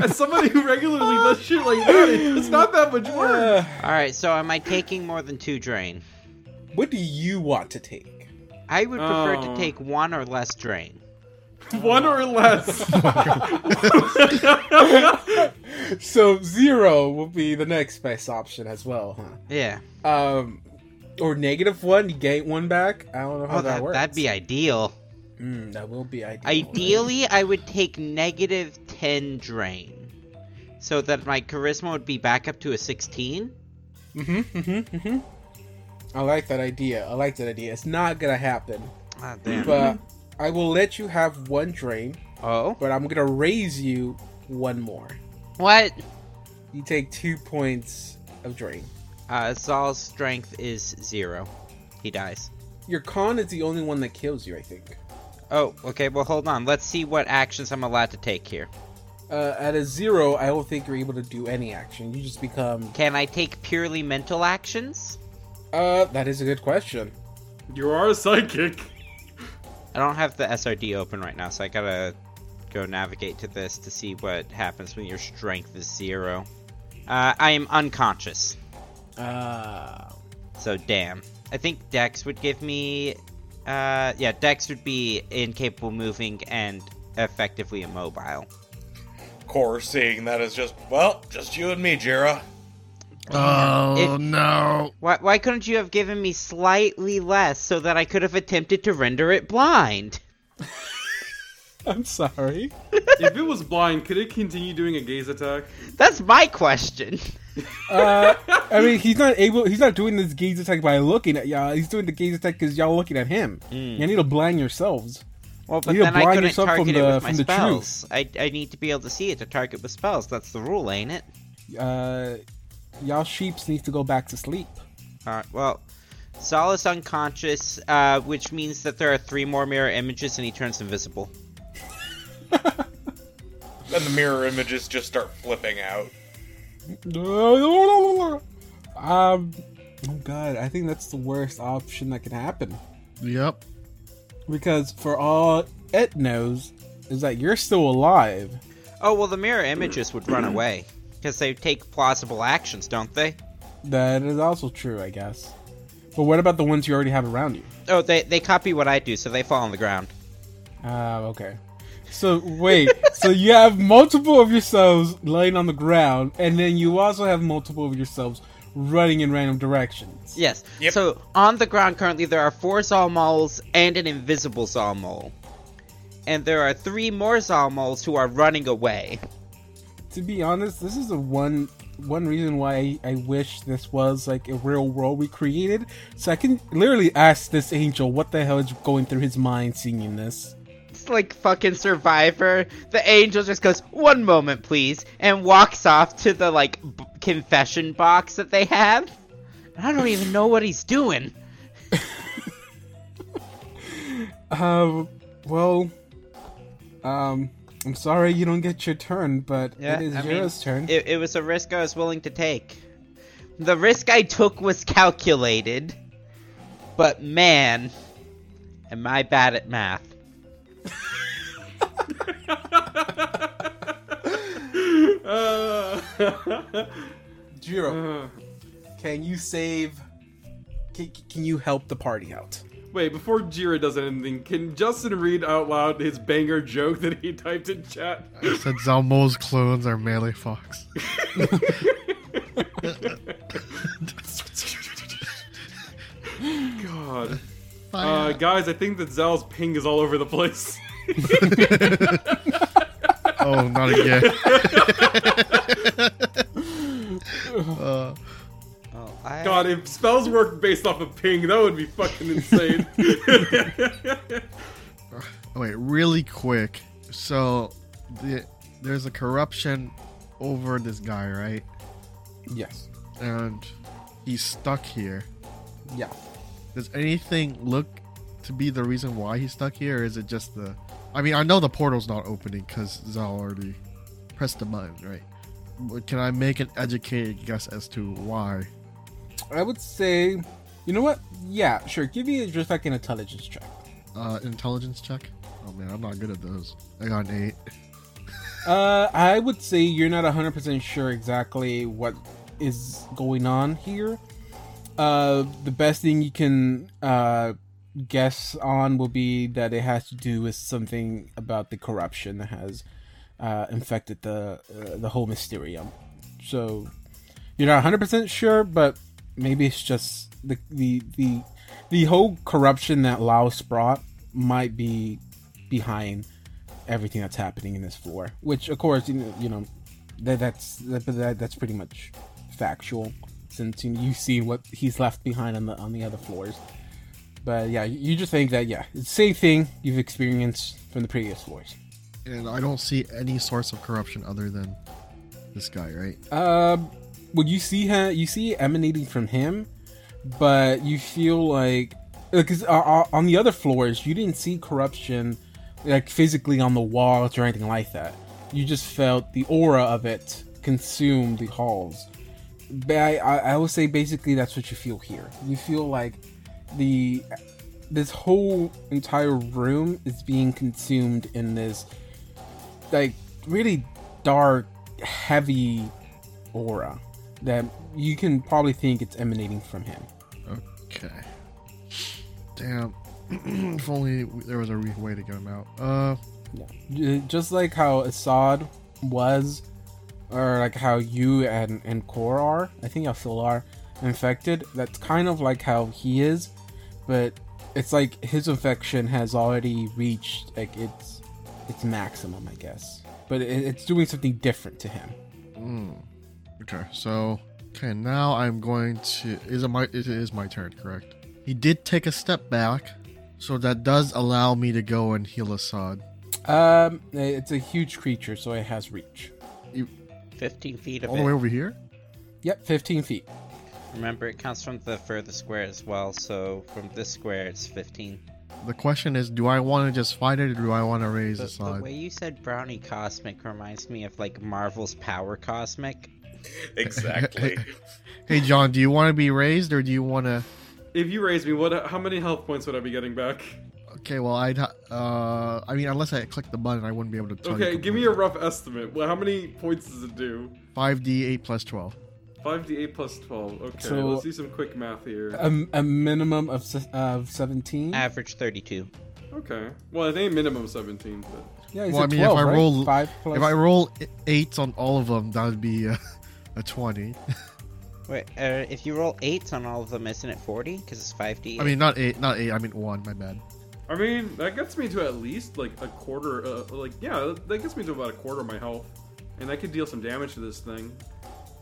As somebody who regularly does shit like that, it's not that much work. uh, All right, so am I taking more than two drain? what do you want to take? I would prefer Oh. to take one or less drain. One or less. So zero will be the next best option as well, Yeah. huh? Um, or negative one, you gain one back. I don't know how that, Oh, that, works. that'd be ideal. Mm, that will be ideal. Ideally, I would take negative 10 drain. So that my charisma would be back up to a 16. hmm hmm hmm I like that idea. I like that idea. It's not gonna happen, Ah, damn. but I will let you have one drain. Oh? but I'm gonna raise you one more. What? You take two points of drain. Uh, Saul's strength is zero. He dies. Your con is the only one that kills you, I think. Oh, okay, well, hold on. Let's see what actions I'm allowed to take here. Uh, at a zero, I don't think you're able to do any action. You just become. Can I take purely mental actions? Uh, that is a good question. you are a psychic. I don't have the SRD open right now, so I gotta go navigate to this to see what happens when your strength is zero. Uh, I am unconscious, Ah. so damn. I think Dex would give me. Uh, yeah, Dex would be incapable of moving and effectively immobile. Core seeing that is just well, just you and me, Jira. Oh If- no! Why, why couldn't you have given me slightly less so that I could have attempted to render it blind? I'm sorry. if it was blind, could it continue doing a gaze attack? That's my question. Uh, I mean, he's not able. He's not doing this gaze attack by looking at y'all. He's doing the gaze attack because y'all looking at him. You need to blind yourselves. Well, but You need to then I blind couldn't yourself from target it the- with my from the truth. spells. I, I need to be able to see it to target with spells. That's the rule, ain't it? Uh, y'all sheeps needs to go back to sleep. Alright, well, Sol is unconscious, uh, which means that there are three more mirror images and he turns invisible. And the mirror images just start flipping out. Um. Oh god, I think that's the worst option that can happen Yep. because for all it knows is that you're still alive. Oh, well, the mirror images would run away. Because they take plausible actions, don't they? That is also true, I guess. But what about the ones you already have around you? Oh, they, they copy what I do, so they fall on the ground. Ah, okay. So wait, so you have multiple of yourselves laying on the ground, and then you also have multiple of yourselves running in random directions. Yes. Yep. So, on the ground currently, there are four Zalmols and an invisible Zalmol. And there are three more Zalmols who are running away. To be honest, this is the one one reason why I, I wish this was like a real world we created, so I can literally ask this angel what the hell is going through his mind seeing this. It's like fucking Survivor. The angel just goes, one moment, please, and walks off to the, like, b- confession box that they have. And I don't even know what he's doing. Um, well, um, I'm sorry you don't get your turn, but Yeah, it is I mean, Jira's turn. It, it was a risk I was willing to take. The risk I took was calculated. But man, am I bad at math. Uh, Jiro, uh, Can you save? Can, can you help the party out? wait, before Jira does anything, can Justin read out loud his banger joke that he typed in chat? Said Zalmo's clones are melee fox. God. Uh, Fire. guys, I think that Zal's ping is all over the place. oh, not again. uh, Oh, I, God, if spells work based off of ping, that would be fucking insane. wait, really quick. So, the, there's a corruption over this guy, right? Yes. And he's stuck here. Yeah. Does anything look to be the reason why he's stuck here, or is it just the? I mean, I know the portal's not opening because Zal already pressed the button, right? But can I make an educated guess as to why? I would say, you know what? Yeah, sure. Give me just like an intelligence check. Uh, intelligence check. Oh man, I'm not good at those. I got an eight. Uh, I would say you're not 100% sure exactly what is going on here. Uh, the best thing you can uh, guess on will be that it has to do with something about the corruption that has uh, infected the uh, the whole Mysterium. So you're not 100% sure, but maybe it's just the the the, the whole corruption that Laos brought might be behind everything that's happening in this floor. Which, of course, you know, you know that that's that, but that, that's pretty much factual, since you, you see what he's left behind on the on the other floors. But yeah, you you just think that yeah, it's the same thing you've experienced from the previous floors. And I don't see any source of corruption other than this guy, right? Um, when you see him, you see it emanating from him, but you feel like because uh, uh, on the other floors you didn't see corruption like physically on the walls or anything like that. You just felt the aura of it consume the halls. But I, I, I would say basically that's what you feel here. You feel like the this whole entire room is being consumed in this like really dark, heavy aura that you can probably think it's emanating from him. Okay. Damn. if only we- there was a re- way to get him out. Uh, Yeah. J- Just like how Assad was, or like how you and, and Kor are, I think y'all still are infected. That's kind of like how he is, but it's like his infection has already reached like its its maximum, I guess. But it, it's doing something different to him. mm. okay. So, okay. Now I'm going to. Is it my? It is my turn, correct? He did take a step back, so that does allow me to go and heal Assad. Um, it's a huge creature, so it has reach. 15 feet of All it. the way over here. Yep, 15 feet. Remember, it counts from the furthest square as well, so from this square it's 15. The question is, do I want to just fight it, or do I want to raise The, the Assad? way you said brownie cosmic reminds me of like Marvel's power cosmic. Exactly. Hey, John, do you want to be raised, or do you want to? If you raise me, what? How many health points would I be getting back? Okay, well, I'd. ha- Uh, I mean, unless I click the button, I wouldn't be able to. Tell Okay, give me a rough estimate. Well, how many points does it do? five d eight plus twelve. Five d eight plus twelve. Okay, So- let's do some quick math here. A, Um, a minimum of se- of 17. Average 32. Okay. Well, I think minimum seventeen, but yeah, you Well, I said mean, if I 12, right? roll, five plus. if I roll i- eights on all of them, that would be a, a twenty. Wait, uh, if you roll 8s on all of them, isn't it 40? Because it's 5d. I mean, not eight, not eight. I mean one. My bad. I mean that gets me to at least like a quarter. Uh, like yeah, that gets me to about a quarter of my health, and I could deal some damage to this thing.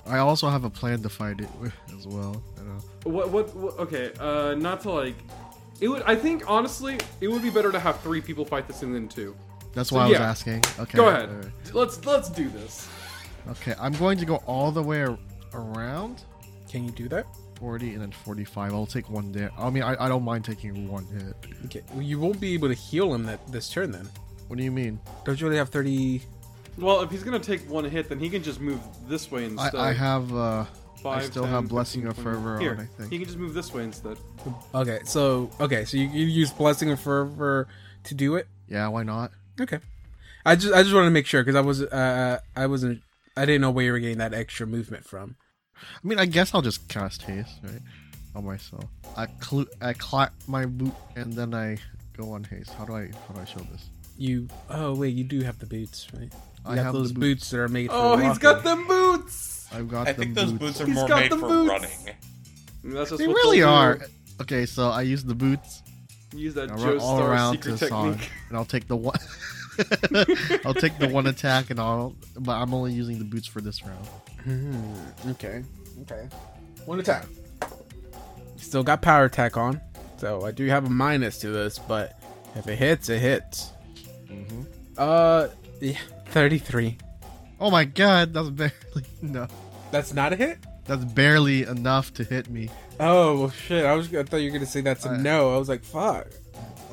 I also have a plan to fight it with as well. I know. What? What? what okay. Uh, not to like. It would. I think honestly, it would be better to have three people fight this thing than two. That's So, why I was yeah. asking. Okay. Go ahead. alright. Let's let's do this. Okay, I'm going to go all the way ar- around Can you do that? forty and then forty-five. I'll take one day. I mean, I, I don't mind taking one hit. Okay, well, you won't be able to heal him that this turn then. What do you mean? Don't you only have 30? Well, if he's gonna take one hit, then he can just move this way I, instead. I have. uh I Five, still 10, have blessing 15, of 20. fervor Here, on. I think. he can just move this way instead. Okay, so okay, so you, you use blessing of fervor to do it. Yeah, why not? Okay, I just I just wanted to make sure because I was uh I wasn't I didn't know where you were getting that extra movement from. I mean, I guess I'll just cast haste, right? On myself. I clu- I clap my boot and then I go on haste. How do I how do I show this? You oh wait, you do have the boots, right? You I got have the those boots. that are made. For Oh, he's got walking. them boots. I've got I them think those boots are He's more got made them for boots. running. That's just They what really they'll do. are. Okay, so I use the boots. Use that I'll run Joe all Star around to secret the song, technique. and I'll take the one. I'll take the one attack, and I'll. But I'm only using the boots for this round. Hmm, okay, okay, one attack. Still got power attack on, so I do have a minus to this, but if it hits, it hits. Uh, yeah, thirty three. Oh my god, that's barely no. That's not a hit. That's barely enough to hit me. Oh well, shit! I was I thought you were gonna say that's a I- no. I was like, fuck.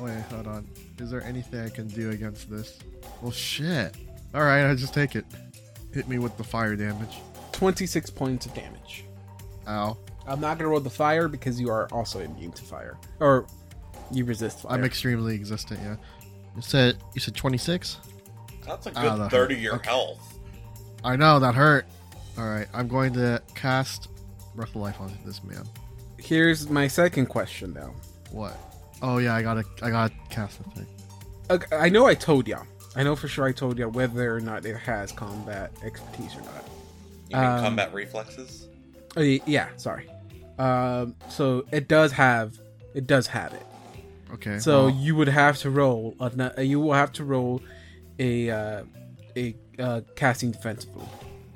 Wait, hold on. Is there anything I can do against this? Well, shit. All right, I just take it. Hit me with the fire damage. Twenty six points of damage. Ow. I'm not gonna roll the fire because you are also immune to fire, or you resist fire. I'm extremely existent. Yeah. You said you said 26. That's a good Ah, that third of your okay. health. I know that hurt. All right, I'm going to cast breath of life on this man. Here's my second question though. What? Oh yeah, I gotta I gotta cast the thing. Okay, I know I told y'all. I know for sure I told y'all whether or not it has combat expertise or not. You mean Um, combat reflexes? Oh, y- yeah, sorry. Um, so it does have it does have it. Okay. So well, you would have to roll. ano- uh, You will have to roll a uh, a uh, casting defensively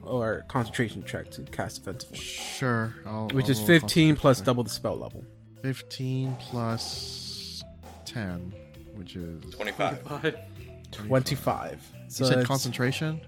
or concentration check to cast defensively, sure, I'll, which I'll is roll 15 plus Oh, concentration. double the spell level. 15 plus 10, which is. 25. Five. 25. So you said it's- concentration.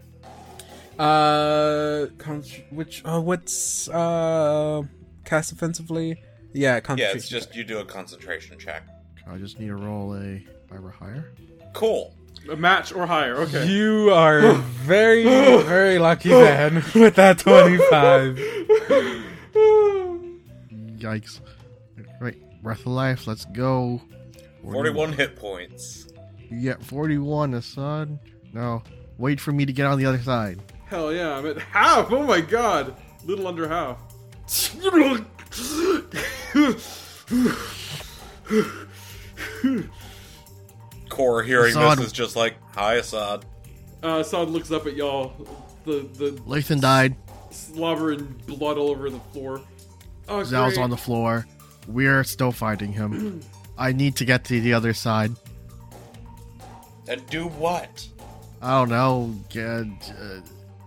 Uh, con- which uh, what's uh cast defensively? Yeah, Yeah, concentration. it's just you do a concentration check. I just need to roll a fiber higher. Cool. A match or higher. Okay. You are very, very lucky man with that 25. Yikes! Right, breath of life. Let's go. 41 hit points. You get 41, Assad. No, Wait for me to get on the other side. Hell yeah, I'm at half. Oh my god, little under half. Core hearing Assad- this is just like, hi, Assad. uh, Sod looks up at y'all. The the Lathan died. slobber and blood all over the floor. Oh, Zal's great. on the floor. We're still fighting him. I need to get to the other side. And do what? I don't know. Get, uh,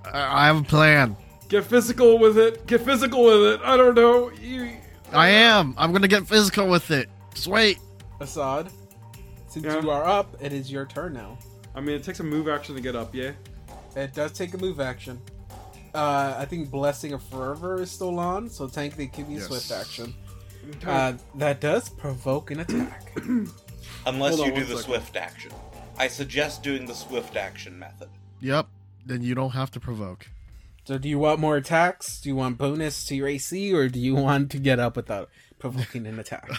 I I have a plan. Get physical with it. Get physical with it. I don't know. You... I am. I'm gonna get physical with it. Just wait. Assad, since Yeah. you are up, it is your turn now. I mean, it takes a move action to get up. Yeah. It does take a move action. Uh, I think Blessing of Fervor is still on, so Tank they give you Yes. swift action. Uh, that does provoke an attack. Unless Hold on you do one the second. swift action. I suggest doing the swift action method. Yep. Then you don't have to provoke. so, do you want more attacks? Do you want bonus to your AC, or do you want to get up without provoking an attack?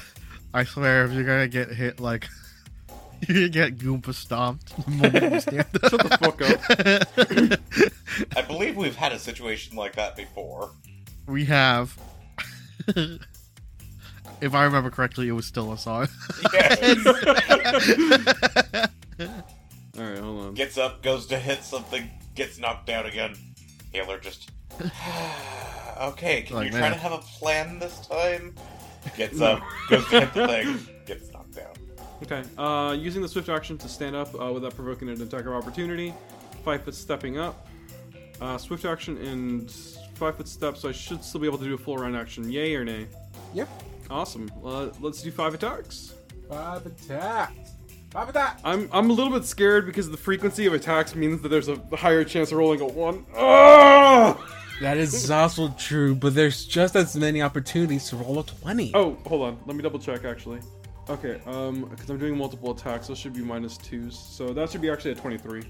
I swear, if you're gonna get hit, like you get Goomba stomped. the moment you stand Shut the fuck up. up. I believe we've had a situation like that before. we have. if I remember correctly, it was still a song. All right, hold on. Gets up, goes to hit something, gets knocked down again. Healer just. okay, can Like, you try man. to have a plan this time? Gets up, goes to hit the thing, gets knocked down. Okay. Uh, using the swift action to stand up uh, without provoking an attack of opportunity. Five foot stepping up. Uh, swift action and five foot steps. I should still be able to do a full round action. Yay or nay? yep. Awesome. Uh, let's do five attacks. Five attacks. Five attacks. I'm I'm a little bit scared because the frequency of attacks means that there's a higher chance of rolling a one. Oh! That is also true, but there's just as many opportunities to roll a 20. Oh, hold on. Let me double check actually. Okay, um, because I'm doing multiple attacks, those should be minus twos. So that should be actually a 23.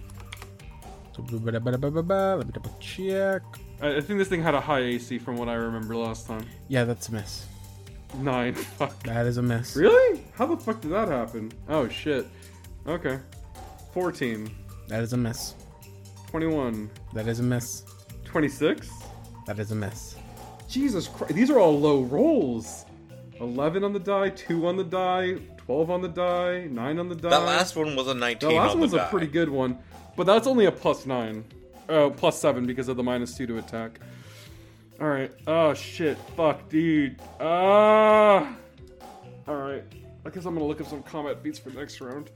Let me double check. I, I think this thing had a high AC from what I remember last time. Yeah, that's a miss. Nine. Fuck. That is a miss. Really? How the fuck did that happen? Oh shit. Okay. 14, That is a miss. 21, That is a miss. 26. That is a miss. Jesus Christ. These are all low rolls. 11 on the die, 2 on the die, 12 on the die, 9 on the die. That last one was a 19. The last on the one's a die. pretty good one, but that's only a plus 9. Oh, plus 7 because of the minus 2 to attack. Alright. Oh shit. Fuck, dude. Ah. Alright. I guess I'm gonna look up some combat beats for next round.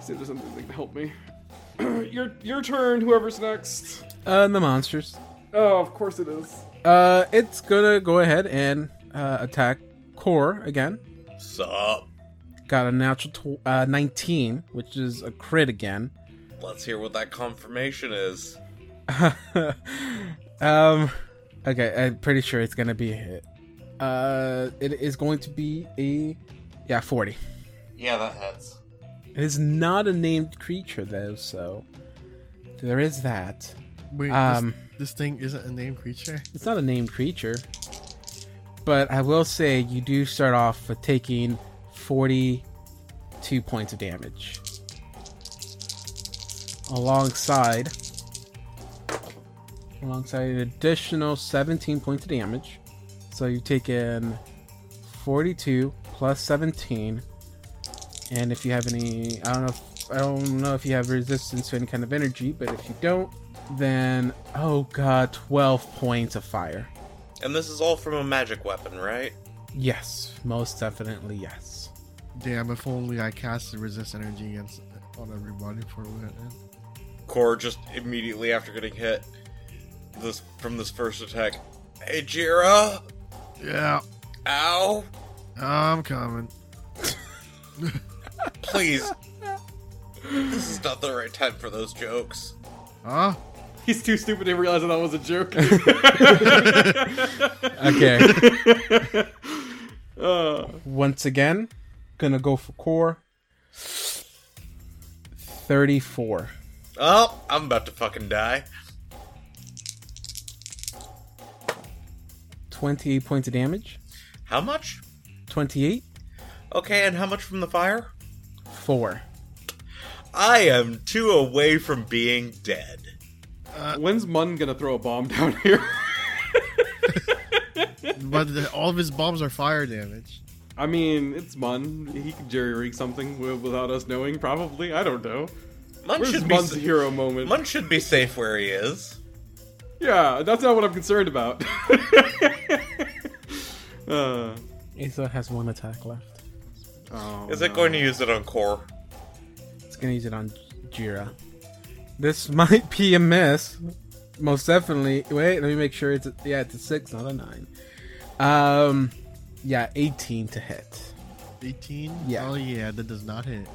See if there's anything that can help me. your your turn, whoever's next. Uh, the monsters. Oh, of course it is. Uh, it's gonna go ahead and uh, attack Core again. Sup? Got a natural tw- uh, 19, which is a crit again. Let's hear what that confirmation is. um, okay, I'm pretty sure it's gonna be a hit. Uh, it is going to be a yeah 40. Yeah, that hits. It is not a named creature though, so there is that. Wait, Um, this, this thing isn't a named creature. It's not a named creature, but I will say you do start off with taking 42 points of damage. Alongside, alongside an additional 17 points of damage. So you've taken 42 plus 17, and if you have any, I don't know, if, I don't know if you have resistance to any kind of energy, but if you don't, then oh god 12 points of fire And this is all from a magic weapon, right? yes most definitely yes Damn, if only I cast the resist energy against on everybody for a minute. Core just immediately after getting hit this from this first attack. Hey Jira! Yeah, Ow! I'm coming. Please. this is not the right time for those jokes. Huh? He's too stupid to realize that that was a joke. okay uh, once again gonna go for core 34 Oh, I'm about to fucking die. 28 points of damage How much? 28 Okay, and how much from the fire? 4 I am two away from being dead. When's Munn gonna throw a bomb down here? But the, all of his bombs are fire damage. I mean, it's Munn. He could jerry rig something wi- without us knowing, probably. I don't know. Munn Where's should, be Munn's sa- hero moment? Munn should be safe where he is. Yeah, that's not what I'm concerned about. uh, Isa has one attack left. oh, Is it going to use it on core? It's gonna use it on Jira. This might be a miss. Most definitely. Wait, let me make sure it's a, yeah, it's a six, not a nine. Um, yeah, eighteen to hit. 18? Yeah. Oh, yeah, that does not hit.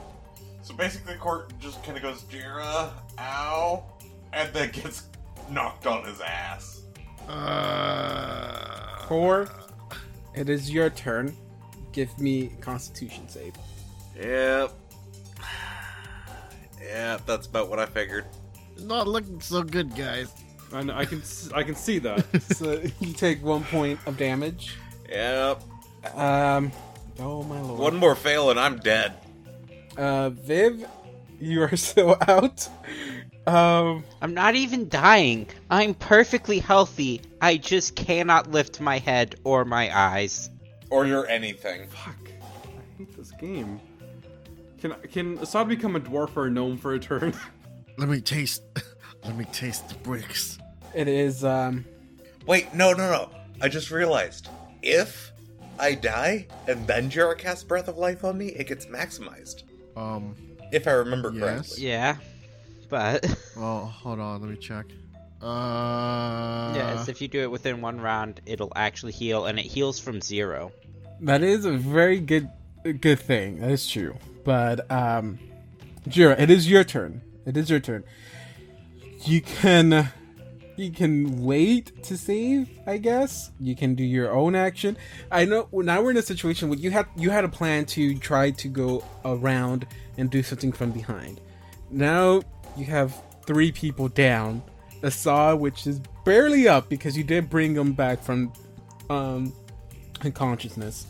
So basically, Court just kind of goes, Jira, ow, and then gets knocked on his ass. Uh, Core, it is your turn. Give me Constitution save. Yep. Yep, that's about what I figured. not looking so good, guys. I, know, I can s- I can see that. So you take one point of damage. Yep. Um, oh my lord. One more fail and I'm dead. Uh, Viv, you are still out. Um, I'm not even dying. I'm perfectly healthy. I just cannot lift my head or my eyes. Or you're anything. Fuck. I hate this game. Can can Assad become a dwarf or a gnome for a turn? Let me taste. Let me taste the bricks. it is um. Wait, no, no, no. I just realized. If I die and then Jira casts Breath of Life on me, it gets maximized. Um. If I remember Yes. correctly. Yeah. But Well, hold on. Let me check. Uh. yes, if you do it within one round, it'll actually heal and it heals from 0. That is a very good good thing. That is true. But um Jira, it is your turn. It is your turn. You can you can wait to save, I guess. You can do your own action. I know well, now we're in a situation where you had you had a plan to try to go around and do something from behind. Now you have three people down. Asa, which is barely up because you did bring him back from um and consciousness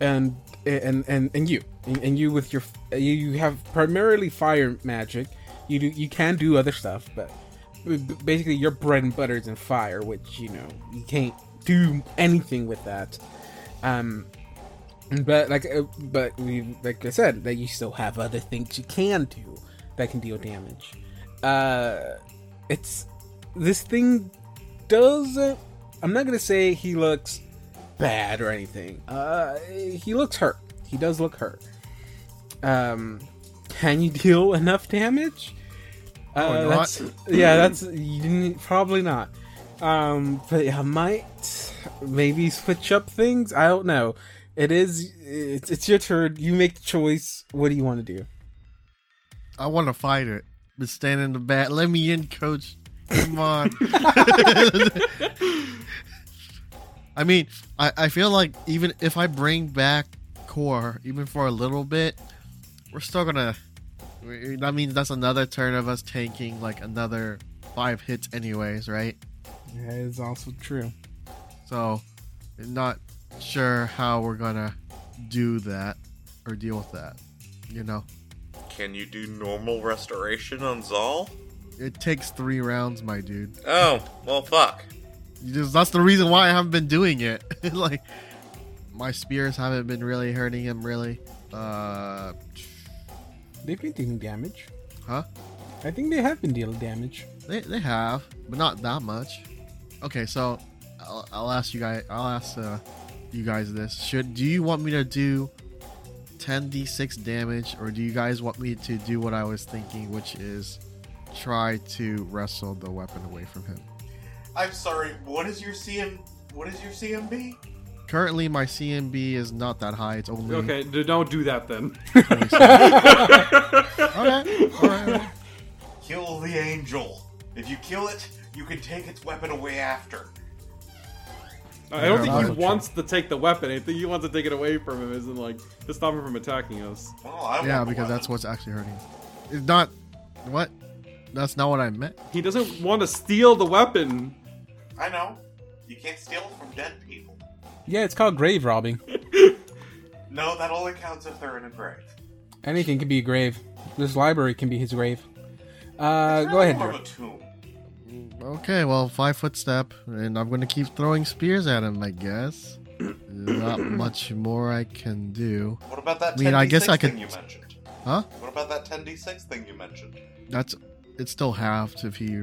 and and and, and you and, and you with your you, you have primarily fire magic you do you can do other stuff but b- b- basically your bread and butter is in fire which you know you can't do anything with that um but like uh, but we like i said that you still have other things you can do that can deal damage uh it's this thing does i'm not gonna say he looks bad or anything. Uh, he looks hurt. He does look hurt. Um, can you deal enough damage? Oh, Uh, Probably not. that's, yeah, that's you didn't, probably not. Um, but I might maybe switch up things. I don't know. It is. It's, it's your turn. You make the choice. What do you want to do? I want to fight it. But stand in the back. Let me in, coach. Come on. I mean, I, I feel like even if I bring back core, even for a little bit, we're still gonna. we- That means that's another turn of us tanking like another five hits, anyways, right? That is also true. So, not sure how we're gonna do that or deal with that. You know, Can you do normal restoration on Zal? it takes three rounds, my dude. Oh, well, fuck. You just that's the reason why I haven't been doing it. like my spears haven't been really hurting him really. Uh They've been dealing damage. huh? I think they have been dealing damage. They they have, but not that much. Okay, so I'll, I'll ask you guys I'll ask uh, you guys this. Should do you want me to do 10d6 damage or do you guys want me to do what I was thinking, which is try to wrestle the weapon away from him? I'm sorry, what is your CM. What is your CMB? Currently my CMB is not that high. It's only okay, d- don't do that then. Okay. All right. all right. Kill the angel. If you kill it, you can take its weapon away after. I don't think Yeah, he that's wants to take the weapon. I think he wants to take it away from him, isn't like to stop him from attacking us. Well, I Yeah, want the because that's weapon. what's actually hurting. It's not what? That's not what I meant. He doesn't want to steal the weapon. I know. You can't steal from dead people. Yeah, it's called grave robbing. No, that only counts if they're in a grave. Anything can be a grave. This library can be his grave. Uh, It's go ahead. More of Drew. a tomb. Okay, well, five foot step, and I'm going to keep throwing spears at him, I guess. Not much more I can do. What about that 10d6 I mean, I guess I thing could- you mentioned? Huh? What about that 10d6 thing you mentioned? That's it's still halved if he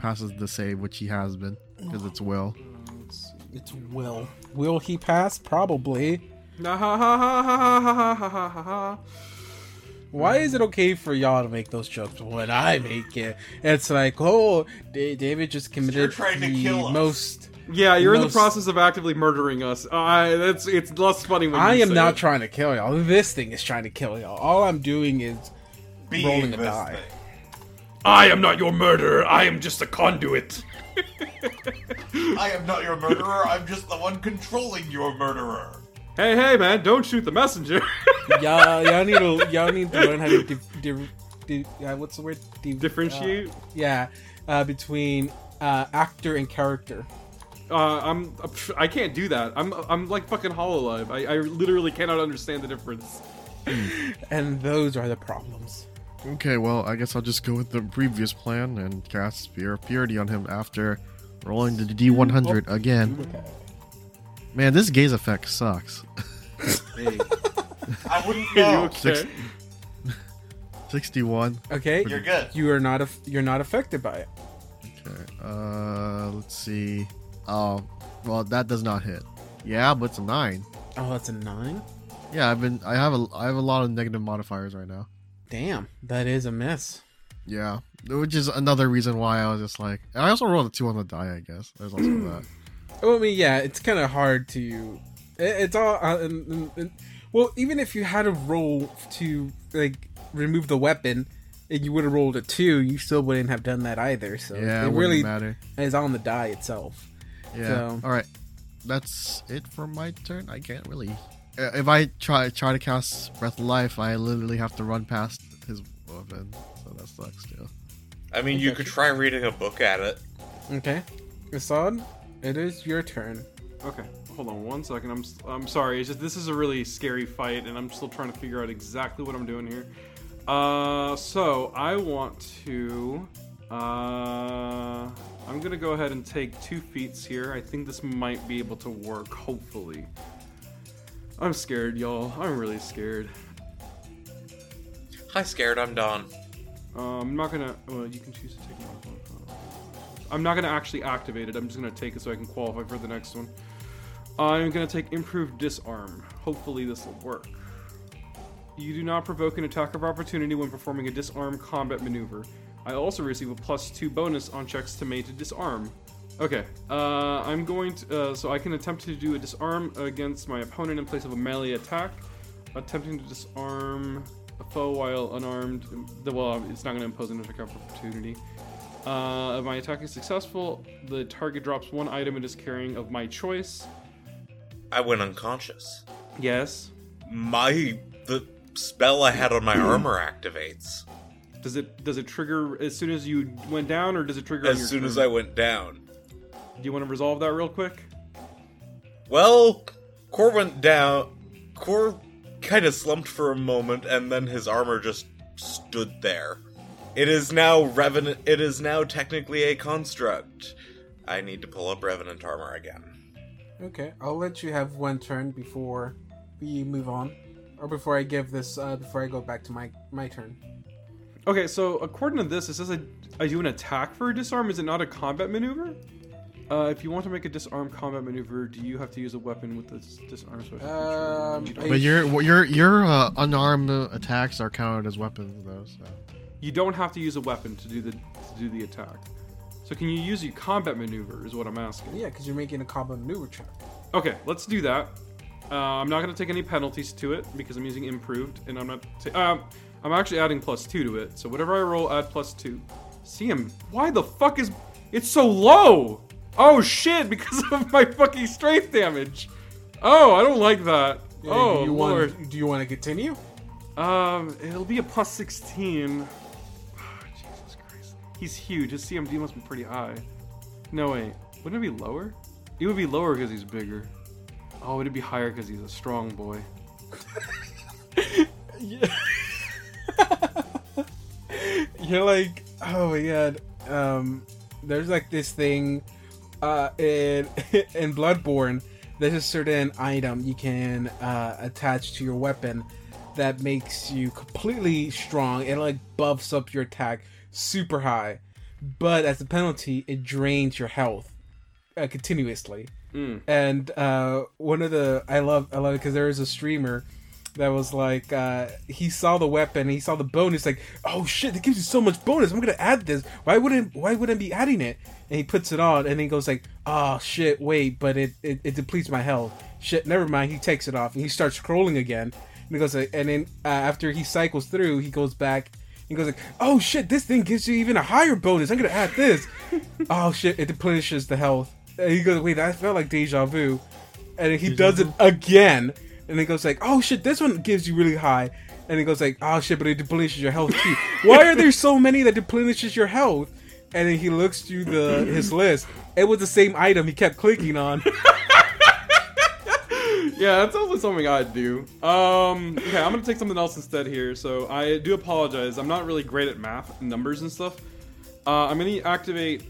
passes the save, which he has been, because it's will. It's Will. Will he pass? Probably. Ha ha ha ha ha ha ha ha ha ha ha. Why is it okay for y'all to make those jokes but when I make it? It's like, oh, Da- David just committed trying to the kill us. most. Yeah, you're in the Most- process of actively murdering us. I that's it's less funny when I you am say not it. trying to kill y'all. This thing is trying to kill y'all. All I'm doing is Being rolling a this die. thing. I am not your murderer. I am just a conduit. I am not your murderer, I'm just the one controlling your murderer. Hey, hey, man! Don't shoot the messenger. y'all, y'all need to y'all need to learn how to di- di- di- uh, what's the word Di- Differentiate. uh, yeah, uh, between uh, actor and character. Uh, I'm. I can't do that. I'm. I'm like fucking Hololive. I, I literally cannot understand the difference. And those are the problems. Okay, well, I guess I'll just go with the previous plan and cast Spear of Purity on him after rolling the D100 again. Okay. Man, this gaze effect sucks. I wouldn't Are you know. okay? 61. Okay. You're good. You are not aff you're not affected by it. Okay, uh, let's see. Oh, well, that does not hit. Yeah, but it's a 9. Oh, that's a nine. Yeah, I've been, I have a, I have a lot of negative modifiers right now. Damn, that is a miss. Yeah, which is another reason why I was just like, and I also rolled a two on the die. I guess there's also that. Oh, I mean, yeah, it's kind of hard to. it- It's all. Uh, and, and, and, well, even if you had a roll to like remove the weapon, and you would have rolled a two, you still wouldn't have done that either. So Yeah, it, it wouldn't really matter. is on the die itself. Yeah. so- All right, that's it for my turn. I can't really. Uh, If I try try to cast Breath of Life, I literally have to run past his weapon, so that sucks too. I mean, you could try reading a book at it. Okay, Assad, it is your turn. Okay, hold on one second. I'm s- I'm sorry. It's just this is a really scary fight, and I'm still trying to figure out exactly what I'm doing here. Uh, so I want to. Uh, I'm gonna go ahead and take two feats here. I think this might be able to work. Hopefully. I'm scared, y'all. I'm really scared. Hi, scared. I'm Don. Um, I'm not gonna. Well, you can choose to take one. I'm not gonna actually activate it. I'm just gonna take it so I can qualify for the next one. I'm gonna take improved disarm. Hopefully this will work. You do not provoke an attack of opportunity when performing a disarm combat maneuver. I also receive a plus two bonus on checks to made to disarm. Okay, uh, I'm going to. Uh, so I can attempt to do a disarm against my opponent in place of a melee attack. Attempting to disarm a foe while unarmed. the- Well, it's not going to impose an attack of opportunity. Uh, if my attack is successful, the target drops one item it is carrying of my choice. I went unconscious. Yes. My. the spell I had on my armor activates. Does it does it trigger as soon as you went down, or does it trigger on your As soon turn? as I went down. Do you want to resolve that real quick? Well, Cor went down. Cor kind of slumped for a moment, and then his armor just stood there. It is now revenant. It is now technically a construct. I need to pull up revenant armor again. Okay, I'll let you have one turn before we move on, or before I give this. Uh, before I go back to my my turn. Okay, so according to this, it says I, I do an attack for a disarm. Is it not a combat maneuver? Uh, if you want to make a disarm combat maneuver, do you have to use a weapon with this disarm special feature? Um, you, don't, I- But your what your your uh, unarmed uh, attacks are counted as weapons though. So you don't have to use a weapon to do the to do the attack. So can you use your combat maneuver? Is what I'm asking. Yeah, because you're making a combo maneuver check. Okay, let's do that. Uh, I'm not going to take any penalties to it because I'm using improved, and I'm not. Ta- uh, I'm actually adding plus two to it. So whatever I roll, add plus two. CM, why the fuck is it's so low? Oh shit! Because of my fucking strength damage. Oh, I don't like that. oh do you lord. want? Do you want to continue? Um, it'll be a plus 16. Jesus Christ. He's huge. His CMD must be pretty high. No, wait. Wouldn't it be lower? It would be lower because he's bigger. Oh, it'd be higher because he's a strong boy. They're like, oh my god. Um, there's like this thing, uh, in in Bloodborne. There's a certain item you can uh, attach to your weapon that makes you completely strong. It like buffs up your attack super high, but as a penalty, it drains your health uh, continuously. Mm. And uh, one of the I love I love because there is a streamer that was like uh, he saw the weapon, he saw the bonus, like oh shit, it gives you so much bonus. I'm gonna add this. Why wouldn't Why wouldn't I be adding it? And he puts it on, and he goes like oh shit, wait, but it, it it depletes my health. Shit, never mind. He takes it off, and he starts scrolling again. And he goes like, and then uh, after he cycles through, he goes back. He goes like, "Oh shit, this thing gives you even a higher bonus. I'm gonna add this. oh shit, it depletes the health." And he goes, "Wait, that felt like deja vu." And he does it again, and he goes like, "Oh shit, this one gives you really high." And he goes like, "Oh shit, but it depletes your health too. Why are there so many that depletes your health?" And then he looks through the his list. It was the same item he kept clicking on. Yeah, that's also something I'd do. Um, okay, I'm gonna take something else instead here. So I do apologize. I'm not really great at math, and numbers, and stuff. Uh, I'm gonna activate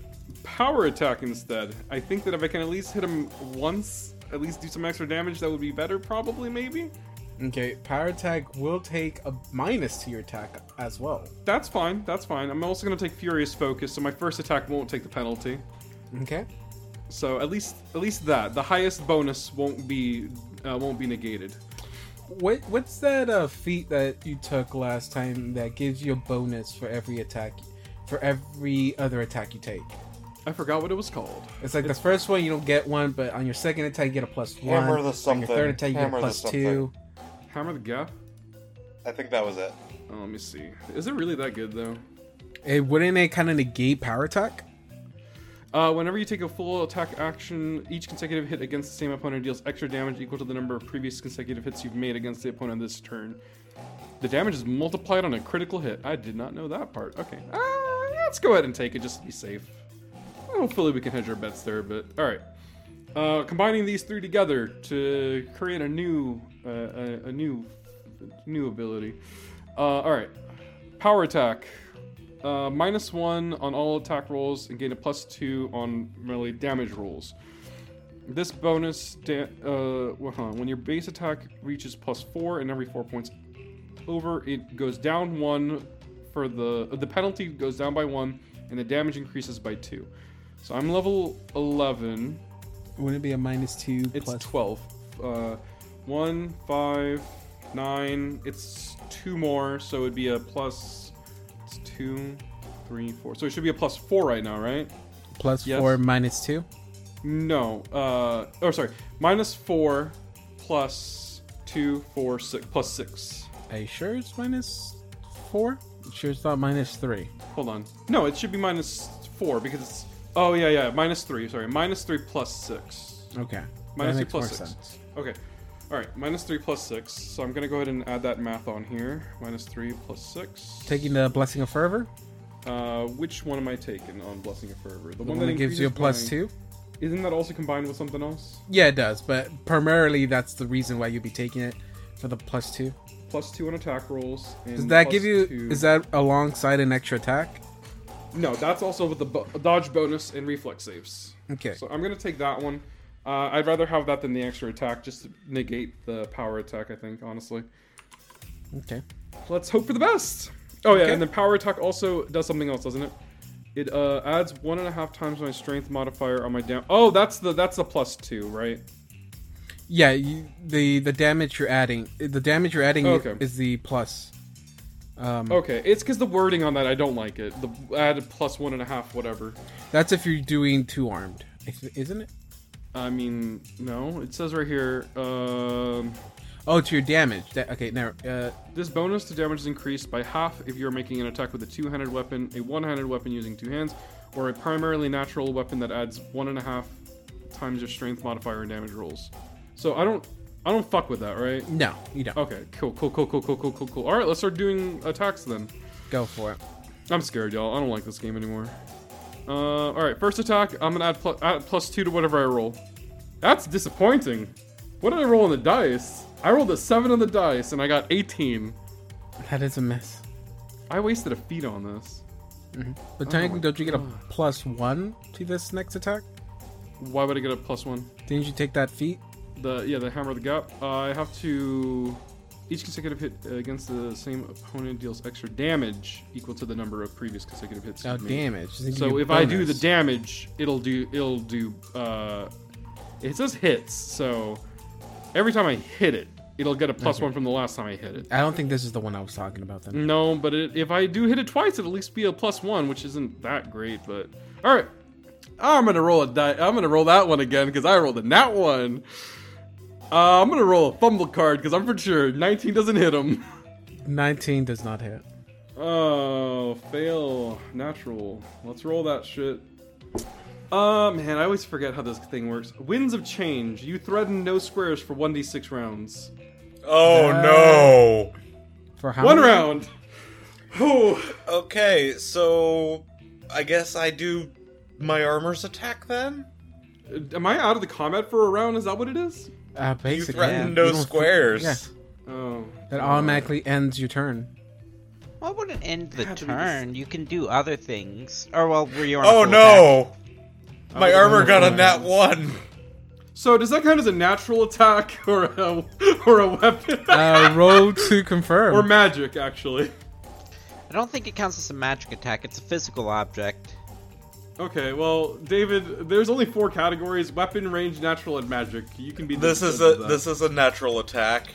power attack instead. I think that if I can at least hit him once, at least do some extra damage, that would be better. Probably, maybe. okay, power attack will take a minus to your attack as well. That's fine. That's fine. I'm also gonna take furious focus, so my first attack won't take the penalty. Okay. So at least at least that the highest bonus won't be uh, won't be negated. What what's that uh, feat that you took last time that gives you a bonus for every attack, for every other attack you take? I forgot what it was called. It's like the first one you don't get one, but on your second attack you get a plus one. Hammer the on something. Your third attack you Hammer get a the plus something. two. Hammer the gap. I think that was it. Oh, let me see. Is it really that good though? It wouldn't it kind of negate power attack? Uh, whenever you take a full attack action, each consecutive hit against the same opponent deals extra damage equal to the number of previous consecutive hits you've made against the opponent this turn. The damage is multiplied on a critical hit. I did not know that part. Okay. Uh, yeah, let's go ahead and take it just to be safe. Hopefully, we can hedge our bets there, but alright. Uh, combining these three together to create a new, uh, a, a new, new ability. Uh, all right, power attack. Uh, minus one on all attack rolls and gain a plus two on melee damage rolls. This bonus, da- uh, well, hold on. when your base attack reaches plus four and every four points over, it goes down one for the uh, the penalty goes down by one and the damage increases by two. So I'm level eleven. Wouldn't it be a minus two It's plus? 12. Uh, 1, 5, 9. It's two more, so it'd be a plus. It's 2, 3, 4. So it should be a plus 4 right now, right? plus yes. four minus two? No. Uh, oh, sorry. Minus 4 plus 2, 4, 6. Plus 6. Are you sure it's minus four? You sure it's not minus three? Hold on. No, it should be minus 4 because it's. Oh, yeah, yeah. Minus 3. Sorry. Minus 3 plus 6. Okay. Minus that three makes plus more six. sense. Okay. All right. Minus three plus six. So I'm gonna go ahead and add that math on here. Minus three plus six. Taking the blessing of fervor, Uh, which one am I taking on blessing of fervor? the one that gives you a plus increases two. my- Isn't that also combined with something else? Yeah, it does, but primarily that's the reason why you'd be taking it for the plus two. Plus two on attack rolls. And Does that plus give you? two- Is that alongside an extra attack? No, that's also with the bo- dodge bonus and reflex saves. Okay. So I'm gonna take that one. Uh, I'd rather have that than the extra attack, just to negate the power attack. I think honestly. Okay. Let's hope for the best. Oh yeah, Okay. and then power attack also does something else, doesn't it? It uh, adds one and a half times my strength modifier on my down. Oh, that's the that's the plus two, right? Yeah, you, the the damage you're adding, the damage you're adding Oh, Okay. is the plus. Um, Okay, it's because the wording on that I don't like it. The add plus one and a half, whatever. That's if you're doing two armed, I thi- isn't it? I mean, no, it says right here. Um, Oh, to your damage. Da- okay, now uh, This bonus to damage is increased by half if you're making an attack with a two-handed weapon, a one-handed weapon using two hands, or a primarily natural weapon that adds one and a half times your strength modifier and damage rolls. So I don't, I don't fuck with that, right? no, you don't. Okay, cool, cool, cool, cool, cool, cool, cool, cool. All right, let's start doing attacks then. Go for it. I'm scared, y'all. I don't like this game anymore. Uh, all right, first attack. I'm gonna add, pl- add plus two to whatever I roll. That's disappointing. What did I roll on the dice? I rolled a seven on the dice, and I got 18. That is a mess. I wasted a feat on this. But Oh technically, don't you get a plus one to this next attack? Why would I get a plus one? Didn't you take that feat? The yeah, the hammer of the gap. Uh, I have to. Each consecutive hit against the same opponent deals extra damage equal to the number of previous consecutive hits. Now you've made. Oh, damage. Does it give So you if I do the bonus? damage, it'll do it'll do. Uh, it says hits, so every time I hit it, it'll get a plus one from the last time I hit it. I don't think this is the one I was talking about then. No, but it, if I do hit it twice, it'll at least be a plus one, which isn't that great. But all right, I'm gonna roll a die. I'm gonna roll that one again because I rolled a nat one. Uh, I'm gonna roll a fumble card because I'm for sure 19 doesn't hit him. 19 does not hit. Oh, fail natural. Let's roll that shit. Uh, man, I always forget how this thing works. Winds of change. You threaten no squares for 1d6 rounds. Oh no. For how One many? round. Oh, Okay, so I guess I do my armor's attack then. am I out of the combat for a round? Is that what it is? Uh, You basically, yeah. threaten You no don't- squares. Yeah. Oh, That automatically ends your turn. Why wouldn't end the Had to be the s- turn? You can do other things. Or well, were you on a Oh full no! My Oh, armor got a no. nat one. So does that count as a natural attack or a or a weapon Uh, roll to confirm. or magic? Actually, attack? I don't think it counts as a magic attack. It's a physical object. okay. Well, David, there's only four categories: weapon, range, natural, and magic. You can be. the This is judge a of that. this is a natural attack.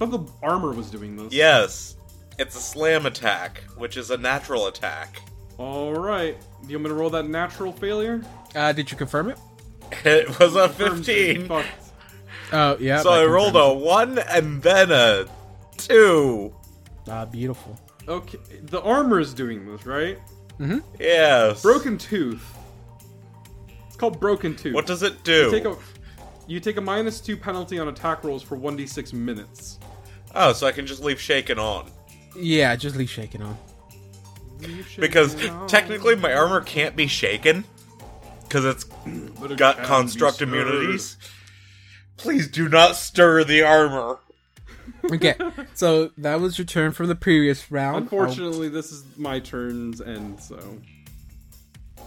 I thought the armor was doing this. Yes. It's a slam attack, which is a natural attack. All right. You want me to roll that natural failure? Uh, did you confirm it? It was a Confirmed. 15. Fucked. Oh, yeah. So that I rolled confirms a 1 and then a 2. it. Ah, beautiful. Okay. The armor is doing this, right? Yes. Broken tooth. It's called broken tooth. What does it you take do? a you take a minus two penalty on attack rolls for one d six minutes. Oh, so I can just leave shaken on. Yeah, just leave shaking on. You should Because know. technically my armor can't be shaken cuz it's But it got can be construct stirred. immunities. Please do not stir the armor. Okay, so that was your turn from the previous Oh. round. Unfortunately, this is my turn's end, so. I'll- Uh,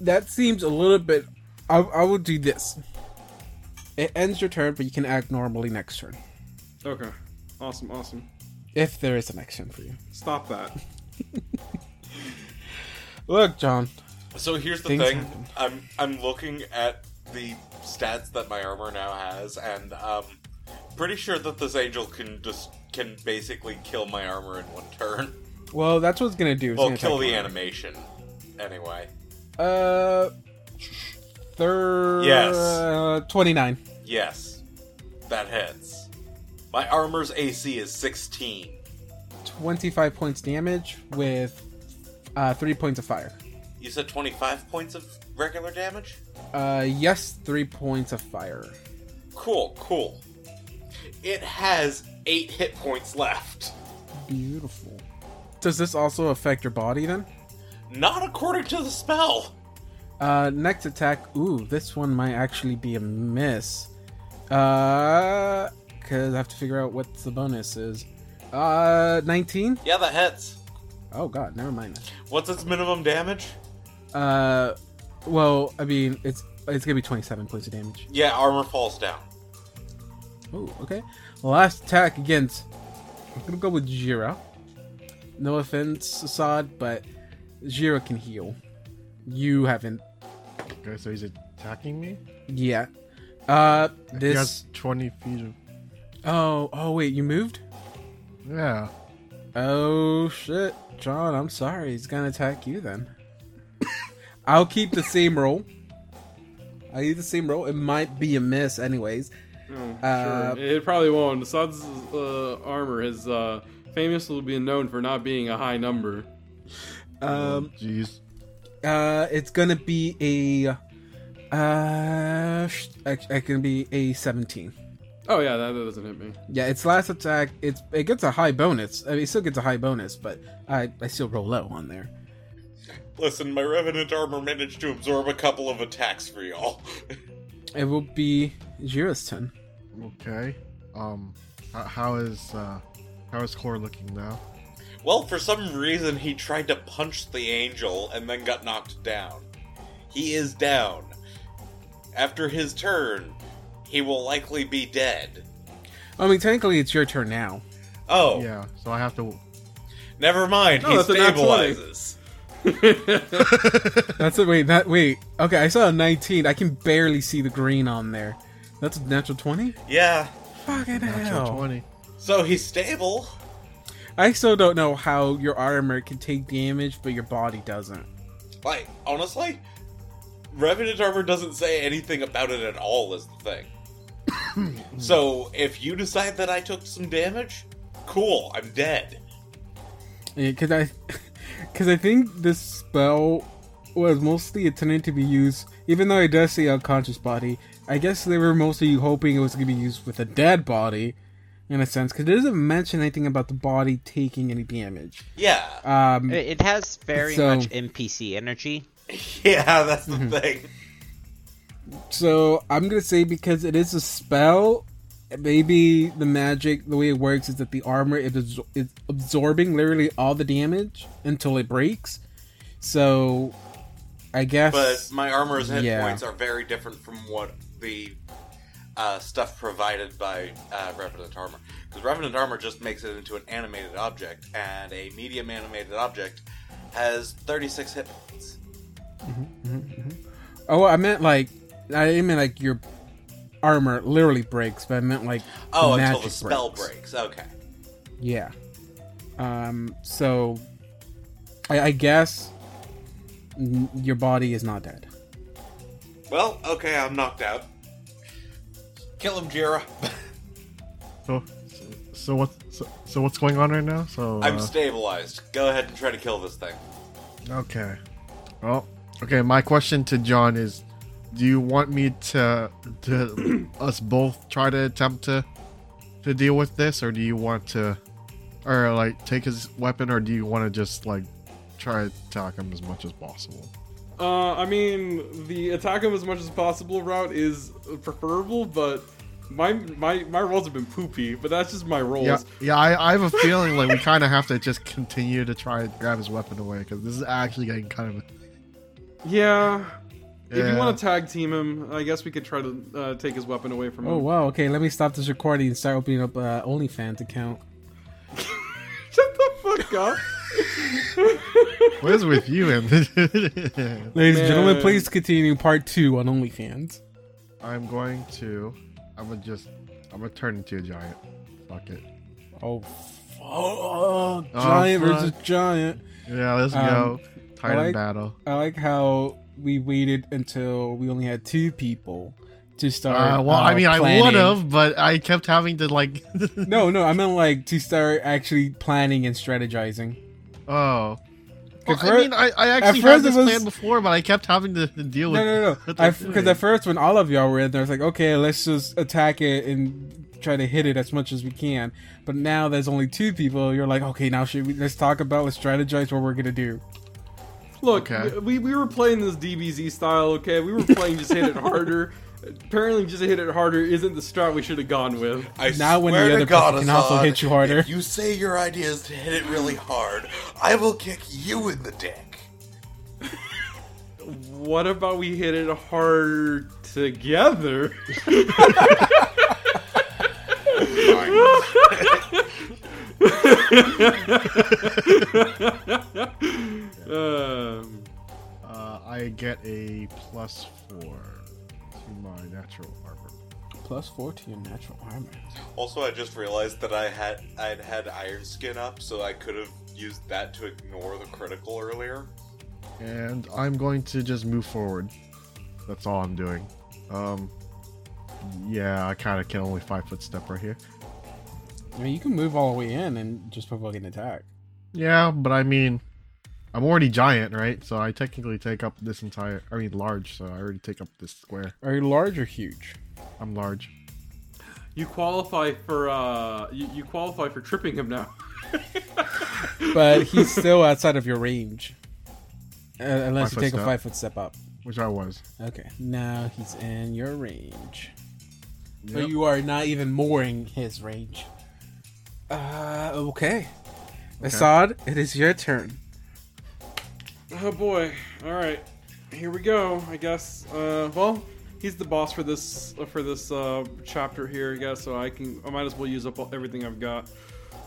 that seems a little bit. I, I will do this. It ends your turn, but you can act normally next turn Okay. Awesome, awesome. if there is an next turn for you. Stop that. Look, John. So here's the Things thing. happen. I'm I'm looking at the stats that my armor now has, and um, pretty sure that this angel can just can basically kill my armor in one turn. Well, that's what it's gonna do. It's Well, gonna kill the attack animation. Anyway, you. Uh, third. Yes. Uh, Twenty-nine. yes, that hits. My armor's AC is 16. 25 points damage with uh, 3 points of fire. You said 25 points of regular damage. Uh, yes, 3 points of fire. Cool, cool. It has eight hit points left. Beautiful. Does this also affect your body then? Not according to the spell. Uh, next attack. Ooh, this one might actually be a miss. Uh, because I have to figure out what the bonus is. Uh, 19? Yeah, that hits. Oh god, never mind. What's its minimum damage? Uh, well, I mean, it's it's gonna be 27 points of damage. Yeah, armor falls down. Ooh, okay. Last attack against. I'm gonna go with Jira. No offense, Assad, but Jira can heal. You haven't. Okay, so he's attacking me. Yeah. Uh, He this. has twenty feet. Of... Oh, oh wait, you moved? Yeah. Oh shit, John. I'm sorry. He's gonna attack you then. I'll keep the same roll. I use the same roll. It might be a miss, anyways. Oh, Uh, sure. It probably won't. Asad's uh, armor has uh, famously been known for not being a high number. Um, Jeez. Uh, it's gonna be a uh, sh- act- it can be a seventeen. Oh, yeah, that, that doesn't hit me. Yeah, its last attack, it's it gets a high bonus. I mean, it still gets a high bonus, but I I still roll low on there. Listen, my revenant armor managed to absorb a couple of attacks for y'all. It will be Jira's turn. Okay. Um, h- how is uh, how is Core looking now? Well, for some reason, he tried to punch the angel and then got knocked down. He is down. After his turn, he will likely be dead. I mean, technically, it's your turn now. Oh, Yeah, so I have to. never mind. No, he that's a nat 20. stabilizes. That's a wait. That wait. Okay, I saw a 19. I can barely see the green on there. That's a natural 20. Yeah. Fucking Natural hell! twenty. So he's stable. I still don't know how your armor can take damage, but your body doesn't. Like, honestly, Revenant Armor doesn't say anything about it at all, is the thing. so, if you decide that I took some damage, cool, I'm dead. Because I, because I think this spell was mostly intended to be used. Even though it does say unconscious body, I guess they were mostly hoping it was going to be used with a dead body, in a sense. Because it doesn't mention anything about the body taking any damage. Yeah. Um, It it has very So- much NPC energy. Yeah, that's the mm-hmm. thing. So I'm gonna say because it is a spell, maybe the magic, the way it works is that the armor is, absor- is absorbing literally all the damage until it breaks. So I guess But my armor's hit Yeah. points are very different from what the uh, stuff provided by uh, Revenant Armor. Because Revenant Armor just makes it into an animated object, and a medium animated object has 36 hit points. oh, I meant like I didn't mean like your armor literally breaks, but I meant like Oh, the until the magic spell breaks. breaks. Okay. Yeah. Um. So I, I guess n- your body is not dead. Well, okay, I'm knocked out. Kill him, Jira. So, so what? So, so what's going on right now? So I'm uh, stabilized. Go ahead and try to kill this thing. Okay. Well, okay. My question to John is, do you want me to, to us both try to attempt to, to deal with this, or do you want to, or like take his weapon, or do you want to just like try to attack him as much as possible? Uh, I mean, the attack him as much as possible route is preferable, but my my my rolls have been poopy. But that's just my rolls. Yeah, yeah. I, I have a feeling like we kind of have to just continue to try and grab his weapon away because this is actually getting kind of. Yeah. If you Yeah. want to tag team him, I guess we could try to uh, take his weapon away from him. Oh wow! Okay, let me stop this recording and start opening up uh, OnlyFans account. Shut the fuck up. What is with you, and Ladies and gentlemen, Man. please continue part two on OnlyFans. I'm going to. I'm gonna just. I'm gonna turn into a giant. Fuck it. Oh, fuck. oh giant giant versus versus giant. Yeah, let's Um, go. Titan like- battle. I like how we waited until we only had two people to start. Uh, well, I uh, mean, I planning. would have, but I kept having to like. No, no, I meant like to start actually planning and strategizing. oh. Okay, Well, for- I mean, I, I actually had first this it was- plan before, but I kept having to, to deal with. No, no, no. what they're Because doing. at first, when all of y'all were in there, it's like, okay, let's just attack it and try to hit it as much as we can. But now there's only two people. You're like, okay, now should we? Let's talk about. Let's strategize what we're gonna do. Look, Okay. we, we were playing this DBZ style, okay? We were playing just hit it harder. Apparently, just hit it harder isn't the strat we should have gone with. I Now when swear the to other God, person can also Assad, hit you harder. If you say your idea is to hit it really hard, I will kick you in the dick. What about we hit it hard together? um, Uh, I get a plus four to my natural armor. Plus four to your natural armor. Also, I just realized that I had I'd had Iron Skin up, so I could have used that to ignore the critical earlier. and I'm going to just move forward. That's all I'm doing. Um, yeah, I kind of can only five foot step right here. I mean, you can move all the way in and just provoke an attack. Yeah, but I mean, I'm already giant, right? So I technically take up this entire. I mean, large. So I already take up this square. Are you large or huge? I'm large. you qualify for uh, you, you qualify for tripping him now. But he's still outside of your range, uh, unless you Five-foot take a step. five foot step up. Which I was. Okay, now he's in your range. So Yep. you are not even more in his range. Uh, okay. Assad, it is your turn. Oh boy. All right. Here we go. I guess. Uh, well, he's the boss for this uh, for this uh, chapter here. I guess so. I can. I might as well use up all, everything I've got.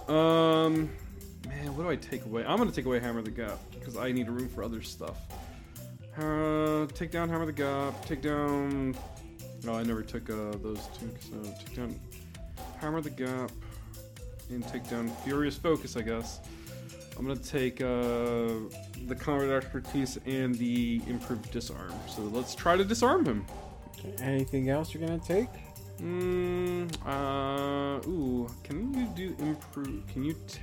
Um, man, what do I take away? I'm gonna take away Hammer the Gap because I need room for other stuff. Uh, take down Hammer the Gap. Take down. No, I never took uh, those two. So take down Hammer the Gap and take down Furious Focus. I guess. I'm gonna take uh, the combat expertise and the improved disarm. So let's try to disarm him. Anything else you're gonna take? Mm, uh, ooh, can you do improve? Can you t-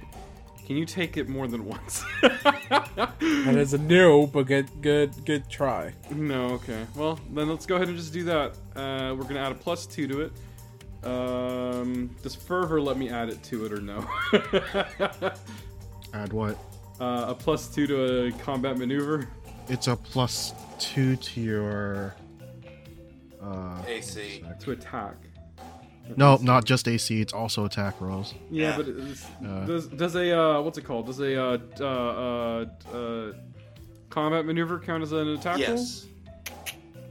can you take it more than once? That is a no, but good, good, good try. no, okay. Well, then let's go ahead and just do that. Uh, we're gonna add a plus two to it. Um, does fervor let me add it to it or no? uh, Add what? a plus two to a combat maneuver. It's a plus two to your. Uh, AC. to attack. no, not just AC. It's also attack rolls. Yeah, Yeah. but it's, Uh. does does a uh, what's it called? Does a uh, d- uh, uh, d- uh, combat maneuver count as an attack roll? Yes.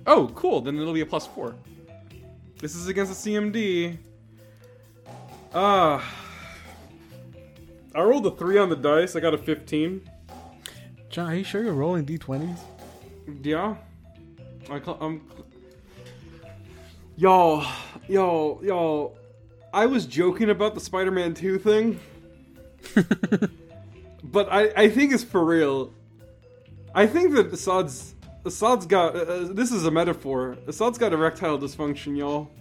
Oh, cool. Then it'll be a plus four. This is against a CMD. Ah, I rolled a three on the dice. I got a fifteen. John, are you sure you're rolling d20s? Yeah. I cl- I'm. Y'all, y'all, y'all. I was joking about the Spider-Man 2 thing, but I, I think it's for real. I think that Assad's Assad's got uh, uh, this is a metaphor. Assad's got erectile dysfunction, y'all.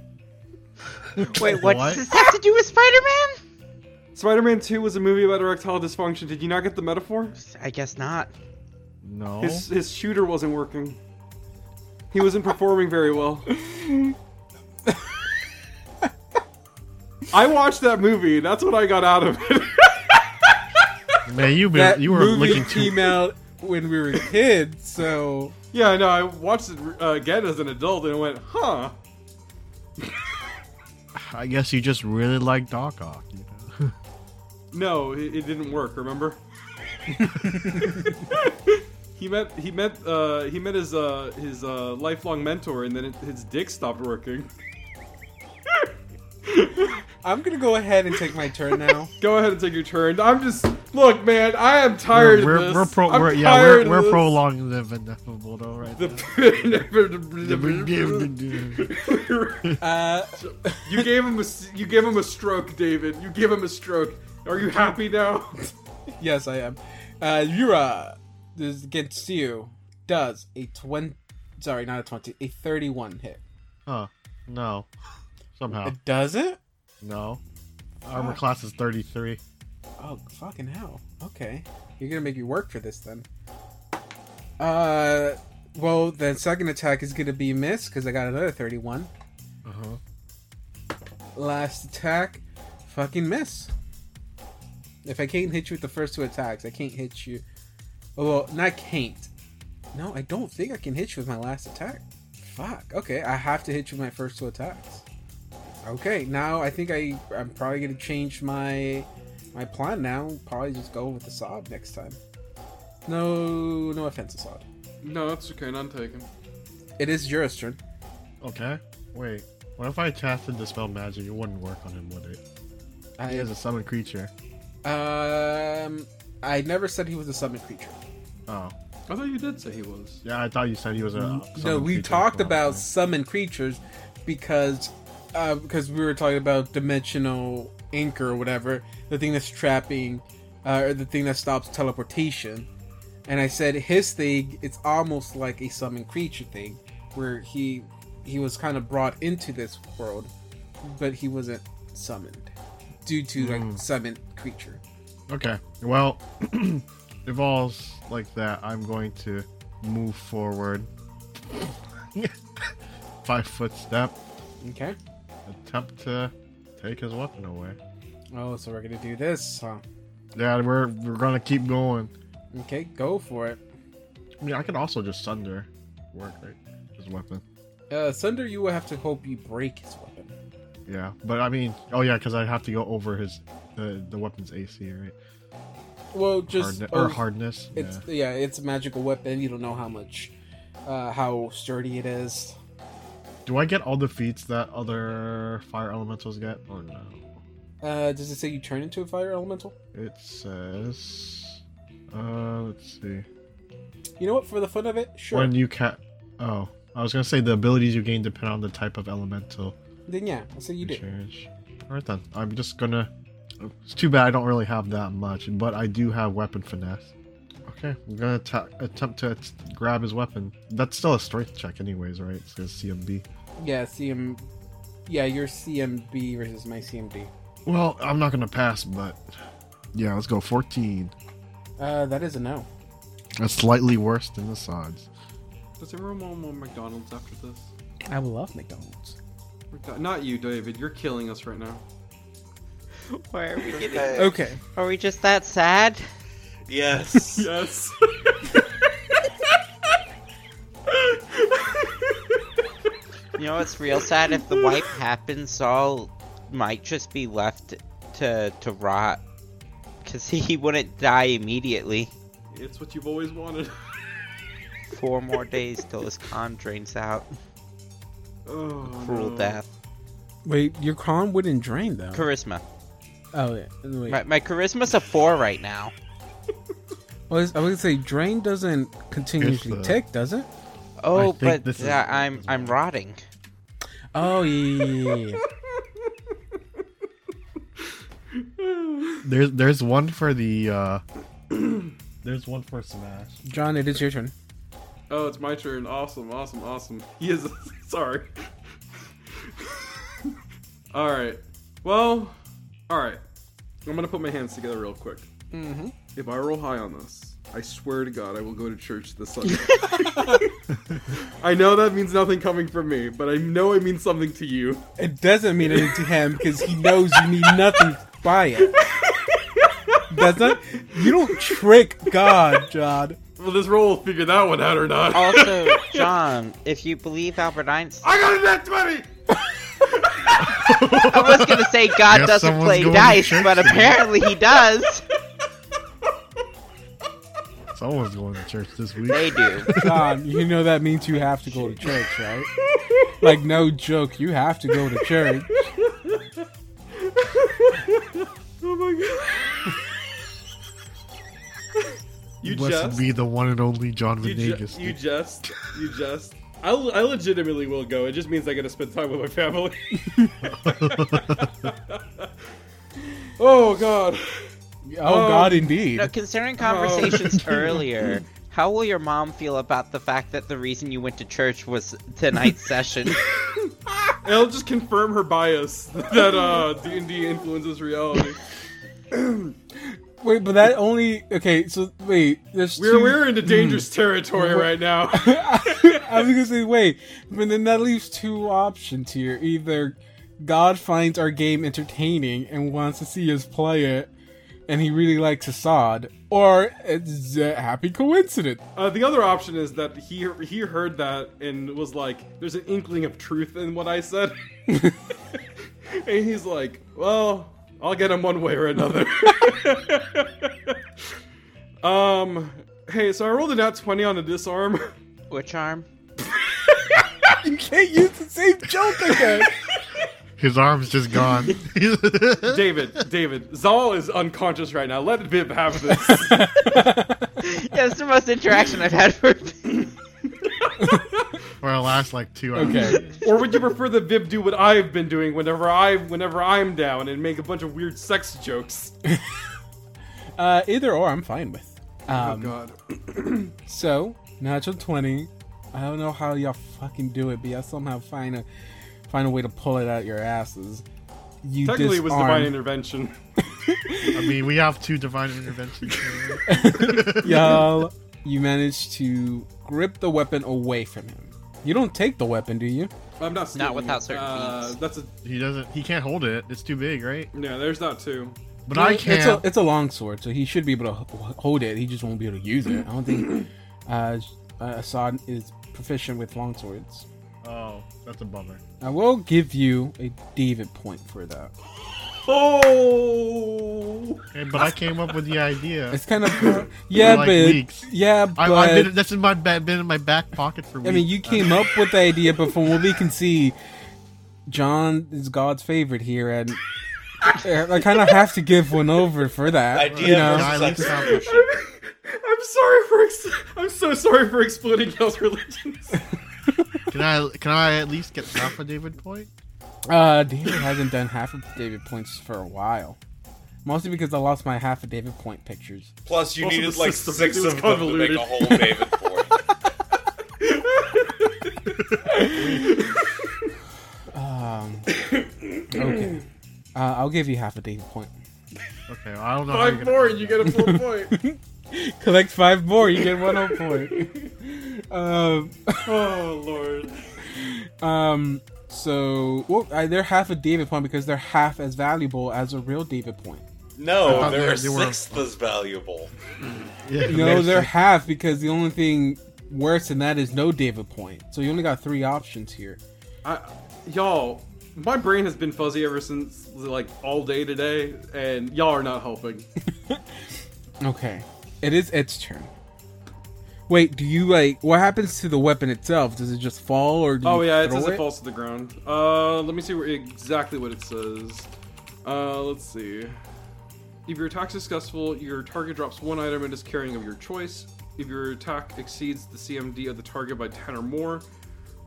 Wait, what, What? does this have to do with Spider-Man? Spider-Man 2 was a movie about erectile dysfunction. Did you not get the metaphor? I guess not. No. His his shooter wasn't working. He wasn't performing very well. I watched that movie. That's what I got out of it. Man, you been, That you were movie looking too. came out when we were kids, so yeah, I know. I watched it uh, again as an adult and went, huh. I guess you just really like Doc Ock. You know? No, it, it didn't work. Remember? he met he met uh, he met his uh, his uh, lifelong mentor, and then it, his dick stopped working. I'm gonna go ahead and take my turn now. Go ahead and take your turn. I'm just look, man. I am tired we're, of this. we're pro, I'm we're, yeah, tired we're, of we're this. prolonging the inevitable though, right? The The- Uh, you gave him a s- you gave him a stroke, David. You gave him a stroke. Are you happy now? yes, I am. Uh, Yura this is against you does a twenty. Sorry, not a twenty. A thirty-one hit. huh? No. Somehow, It does it. no. Armor class is thirty three. Oh fucking hell! Okay, you're gonna make me work for this then. Uh, well, the second attack is gonna be miss because I got another thirty-one. Uh Uh-huh. huh. Last attack, fucking miss. If I can't hit you with the first two attacks, I can't hit you. Oh, well, not can't. No, I don't think I can hit you with my last attack. Fuck. Okay, I have to hit you with my first two attacks. Okay, now I think I I'm probably gonna change my my plan now. Probably just go with the sod next time. No, no offense, sod. no, that's okay. None taken. It is your turn. Okay. Wait. What if I casted dispel magic? It wouldn't work on him, would it? I, He is a summoned creature. um, I never said he was a summoned creature. Oh, I thought you did say he was. yeah. I thought you said he Mm, was a. no, summoned we creature talked before, about right? summon creatures because uh, because we were talking about dimensional anchor or whatever, the thing that's trapping, uh, or the thing that stops teleportation. And I said his thing, it's almost like a summon creature thing, where he he was kind of brought into this world, but he wasn't summoned due to like summon creature. Okay. Well, if all's like that, I'm going to move forward. Five foot step. Okay. Attempt to take his weapon away. Oh, so we're gonna do this. Huh? Yeah, we're we're gonna keep going. Okay, go for it. I mean, I could also just sunder work right his weapon. Uh, Sunder, you will have to hope you break his weapon. Yeah, but I mean, oh yeah, because I have to go over his the the weapon's AC, right? well, just Hardne- or oh, hardness. It's yeah. yeah. it's a magical weapon. You don't know how much, uh, how sturdy it is. Do I get all the feats that other fire elementals get, or no? Uh, does it say you turn into a fire elemental? It says, uh, let's see. You know what? For the fun of it, sure. When you cat, oh, I was gonna say the abilities you gain depend on the type of elemental. Then yeah, I'll say you do. change. All right then, I'm just gonna. It's too bad I don't really have that much, but I do have weapon finesse. Okay, I'm gonna atta- attempt to att- grab his weapon. That's still a strength check, anyways, right? It's gonna CMB. Yeah, CM. Yeah, your CMB versus my CMD. Well, I'm not gonna pass, but yeah, let's go 14. Uh, that is a no. That's slightly worse than the odds. Does everyone want more McDonald's after this? I love McDonald's. McDo- Not you, David. You're killing us right now. Why are we getting? Okay. Are we just that sad? Yes. Yes. You know what's real sad? If the wipe happens, Saul might just be left to to rot, cause he wouldn't die immediately. it's what you've always wanted. Four more days till his con drains out. Oh, Cruel no. death. Wait, your con wouldn't drain though. Charisma. Oh yeah. Wait. My, my charisma's a four right now. Well, I was gonna say drain doesn't continuously It's the- tick, does it? Oh, think but this is- uh, I'm I'm rotting. Oh yeah. yeah, yeah, yeah. There's there's one for the. uh There's one for smash. John, it is your turn. Oh, it's my turn. Awesome, awesome, awesome. He is. Sorry. all right. Well, all right. I'm gonna put my hands together real quick. Mm-hmm. If I roll high on this, I swear to God, I will go to church this Sunday. I know that means nothing coming from me, but I know it means something to you. It doesn't mean anything to him because he knows you mean nothing by it. That's not. You don't trick God, John. Well, this roll will figure that one out or not. Also, John, if you believe Albert Einstein, I got a net twenty. I was gonna say God Guess doesn't someone's play going to dice, church but today. apparently he does. Someone's going to church this week. They do. John, you know that means you have to go to church, right? Like, no joke, you have to go to church. Oh my God. you Blessed just be the one and only John You, ju- Venegas. you just, you just. I, I legitimately will go. It just means I gotta spend time with my family. oh god. Oh, God, indeed. No, considering conversations earlier, how will your mom feel about the fact that the reason you went to church was tonight's session? It'll just confirm her bias that uh, D and D influences reality. Wait, but that only. Okay, so wait. There's We're two- we're into dangerous territory right now. I was gonna say, wait, but then that leaves two options here. Either God finds our game entertaining and wants to see us play it, and he really likes Assad, or it's a happy coincidence. Uh, the other option is that he he heard that and was like, "There's an inkling of truth in what I said," and he's like, "Well, I'll get him one way or another." um, hey, so I rolled an at twenty on a disarm. Which arm? You can't use the same joke again. His arm's just gone. David, David, Zal is unconscious right now. Let Viv have this. Yeah, it's the most interaction I've had for. For the last like two hours. okay. or would you prefer that Viv do what I've been doing whenever I whenever I'm down and make a bunch of weird sex jokes? Uh, either or, I'm fine with. Um, oh God. So, natural twenty. I don't know how y'all fucking do it, but y'all somehow find a find a way to pull it out your asses. You Technically, it was divine disarm- intervention. I mean, we have two divine interventions. here. Y'all, you manage to grip the weapon away from him. You don't take the weapon, do you? I'm not stealing without it. certain uh, feats. That's a He doesn't. He can't hold it. It's too big, right? yeah. There's that too. But I It's a, can. it's a long sword, so he should be able to h- hold it. He just won't be able to use it. I don't think uh, uh, Assad is proficient with long swords. Oh, that's a bummer. I will give you a David point for that. Oh, no. Okay, but I came up with the idea. It's kind of yeah, like but weeks. yeah, but I, I've been, that's in my ba- been in my back pocket for I weeks. mean, you came up with the idea, but from what we can see, John is God's favorite here, and I kind of have to give one over for that. Idea you know? Yeah, I like versus that. execution. I'm sorry for. Ex- I'm so sorry for exploiting y'all's religions. Can I can I at least get half a David point? Uh, David hasn't done half of David points for a while, mostly because I lost my half of David point pictures. Plus, you Also, needed the like system six is of them to make convoluted. a whole David point. Um, okay, uh, I'll give you half a David point. Okay, well, I don't know. how you're Five gonna- more, and you get a full point. Collect five more, you get one whole point. Um, Oh lord. um, so well, I, they're half a David point because they're half as valuable as a real David point. I No, thought they're they- a they were- sixth as valuable. Yeah, No, there's they're like- half because the only thing worse than that is no David point. So you only got three options here. I, y'all, my brain has been fuzzy ever since like all day today, and y'all are not helping. Okay, it is its turn. Wait, do you like what happens to the weapon itself? Does it just fall or do Oh you yeah, it throw says it? it falls to the ground. Uh, let me see where, exactly what it says. Uh, let's see. If your attack's successful, your target drops one item it is carrying of your choice. If your attack exceeds the CMD of the target by 10 or more,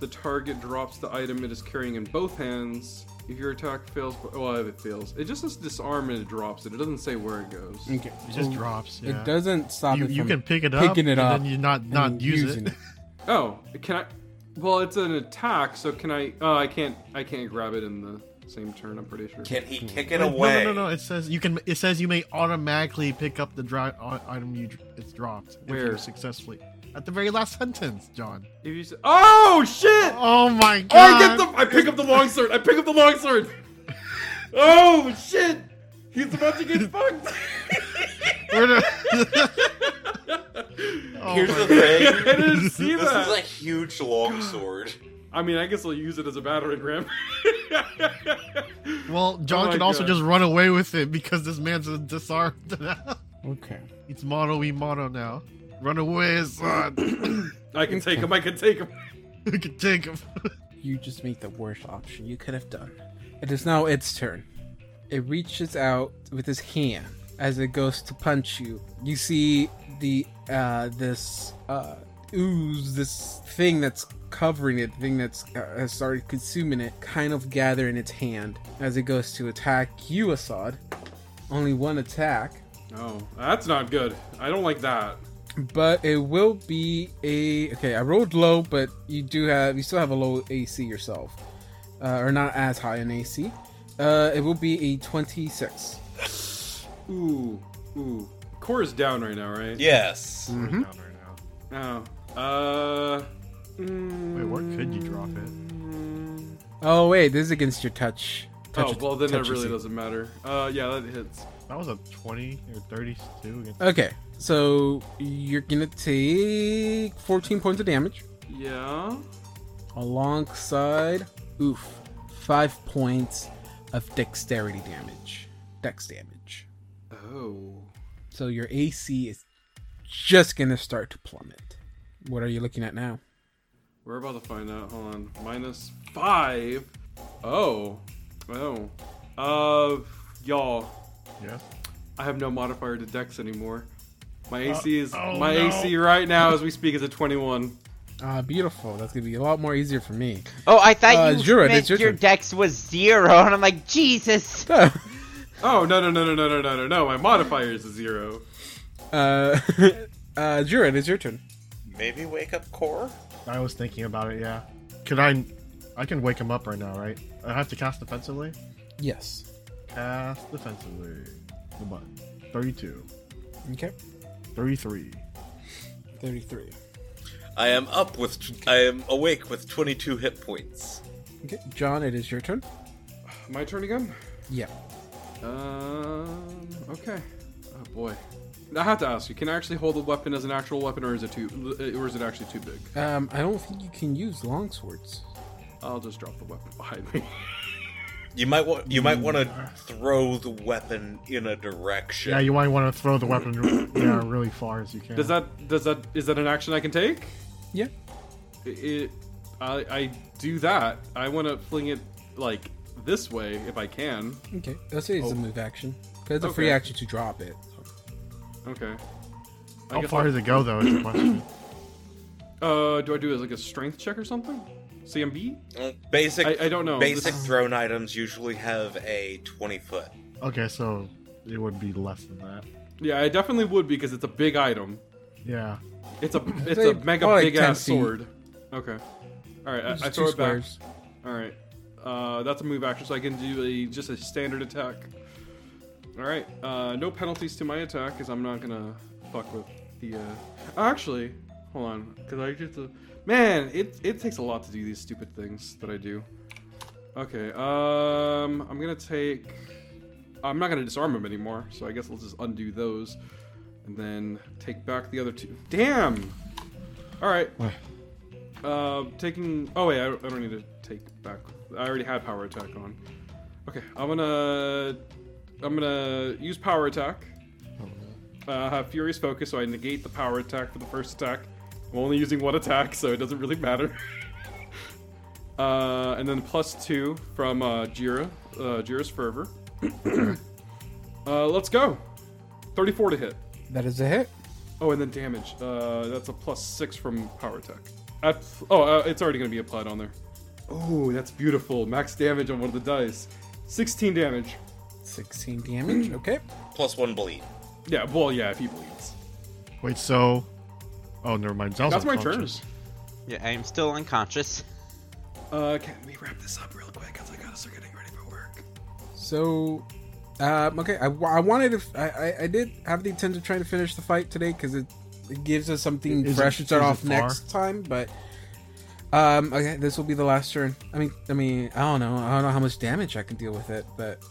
the target drops the item it is carrying in both hands. If your attack fails, well, if it fails, it just says disarm and it drops it. It doesn't say where it goes. Okay. Oh, It just drops. It yeah. doesn't stop You, it you from can pick it up, picking it and up, then you not and not use it. using Oh, can I? Well, it's an attack, so can I? Uh, I can't. I can't grab it in the same turn. I'm pretty sure. Can he kick it No, away? no, no, no. It says you can. It says you may automatically pick up the dry i- item you dr- it's dropped if Where? you successfully at the very last sentence, John. If you say, oh shit! Oh my Oh, I get god! the. I pick up the long sword. I pick up the long sword. Oh shit! He's about to get fucked. Where the- oh Here's my the I God. thing. didn't see This is a that. huge longsword. I mean, I guess I'll use it as a battering ram. Well, John Oh my can also God. just run away with it because this man's disarmed now. it. Okay. it's mono we mono now. Run away, son. I can take him. I can take him. we can take him. You just make the worst option you could have done. It is now its turn. It reaches out with his hand as it goes to punch you. You see the uh, this uh, ooze, this thing that's covering it, the thing that's uh, has started consuming it, kind of gather in its hand as it goes to attack you, Assad. Only one attack, Oh, that's not good. I don't like that. but it will be a okay. I rolled low, but you do have you still have a low AC yourself, uh, or not as high an AC. Uh, it will be a twenty-six. Ooh, ooh. Core is down right now, right? Yes. Oh. Uh. Wait, where could you drop it? mm. Oh wait, this is against your touch. touch oh well, then touch it really AC. doesn't matter. Uh, yeah, that hits. That was a 20 or 32 against Okay, so you're gonna take fourteen points of damage Yeah. alongside oof five points of dexterity damage. Dex damage. Oh. So your AC is just gonna start to plummet. What are you looking at now? We're about to find out. Hold on. Minus five. Oh. Oh. Uh, y'all. Yeah. I have no modifier to Dex anymore. My AC is oh my no. AC right now as we speak is a 21. Ah, beautiful. That's gonna be a lot more easier for me. Oh, I thought Uh, you Jura, meant it's your your turn. dex was zero, and I'm like, Jesus. uh, Oh no no no no no no no no no! My modifier is a zero. uh, Jura, it's your turn. Maybe wake up Core? I was thinking about it, yeah. Could I. I can wake him up right now, right? I have to cast defensively? Yes. Cast defensively. The button. 32. Okay. 33. Thirty-three. I am up with. T- I am awake with 22 hit points. Okay, John, it is your turn. My turn again. Yeah. Um. Okay. Oh boy. I have to ask you: Can I actually hold the weapon as an actual weapon, or is it too, or is it actually too big? Um, I don't think you can use long swords. I'll just drop the weapon behind me. You might want you might want to throw the weapon in a direction. Yeah, you might want to throw the weapon yeah, really far as you can. Does that does that is that an action I can take? Yeah. It, I, I do that. I want to fling it like this way if I can. Okay. Let's say it's a move action. Because it's a free Oh. Okay. action to drop it. Okay. I How guess far I- does it go though? Is the question. Uh, do I do it as like a strength check or something? CMB? Mm, Basic. I- I don't know. Basic This- thrown items usually have a twenty foot. Okay, so it would be less than that. Yeah, I definitely would because it's a big item. Yeah. It's a it's a Like, mega probably big 10 ass feet. sword. Okay. All right, I, It's I two throw it back. squares. All right, uh, that's a move action, so I can do a just a standard attack. All right, uh, no penalties to my attack because I'm not gonna fuck with the. Uh... Actually, hold on, because I get to. Man, it it takes a lot to do these stupid things that I do. Okay, um, I'm gonna take. I'm not gonna disarm him anymore, so I guess let's just undo those, and then take back the other two. Damn. All right. Uh, taking. Oh wait, I, I don't need to take back. I already had power attack on. Okay, I'm gonna. I'm gonna use power attack. Uh, I have furious focus, so I negate the power attack for the first attack. I'm only using one attack, so it doesn't really matter. uh, and then plus two from uh, Jira, uh, Jira's fervor. uh, let's go. 34 to hit. That is a hit. Oh, and then damage. Uh, that's a plus six from power attack. At, oh, uh, it's already going to be applied on there. Oh, that's beautiful. Max damage on one of the dice. 16 damage. 16 damage. Okay. plus one bleed. Yeah, well, yeah, if he bleeds. Wait, so. Oh, never mind. Zell's That's my turn. unconscious. Yeah, I am still unconscious. Uh, can we wrap this up real quick? Because I got to start getting ready for work. So, um, okay, I, wa- I wanted to. f- I, I- I did have the intent of trying to finish the fight today because it, it gives us something Is it- fresh to start is it off far? next time. But um, okay, this will be the last turn. I mean, I mean, I don't know. I don't know how much damage I can deal with it, but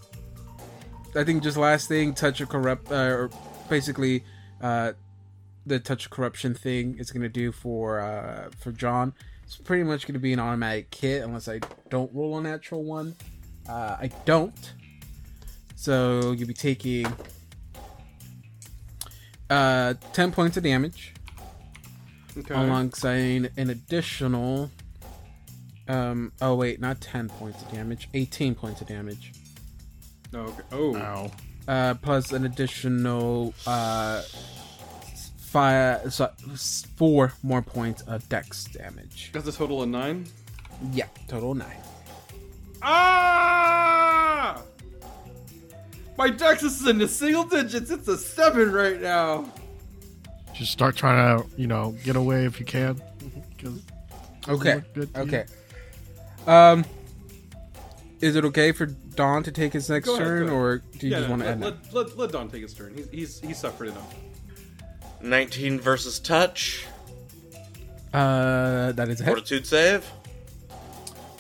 I think just last thing, touch of corrupt, uh, or basically, uh, the touch of corruption thing is going to do for uh, for John. It's pretty much going to be an automatic hit unless I don't roll a natural one. Uh, I don't. So you'll be taking uh, 10 points of damage Okay. alongside an additional. Um, oh, wait, not 10 points of damage, 18 points of damage. Oh, okay. Oh, Ow. Uh, plus an additional uh, five, so, s- four more points of dex damage. that's a total of nine. Yeah, total nine. Ah! My dex is in the single digits. It's a seven right now. Just start trying to, you know, get away if you can. Mm-hmm. 'Cause- Okay. look good to Okay. Um, is it okay for Don to take his next Go ahead, go turn, ahead. or do you yeah, just no, want to let, end it? let, let, let Don take his turn. He's, he's, he's suffered enough. Nineteen versus touch. Uh, that is a hit. Fortitude save.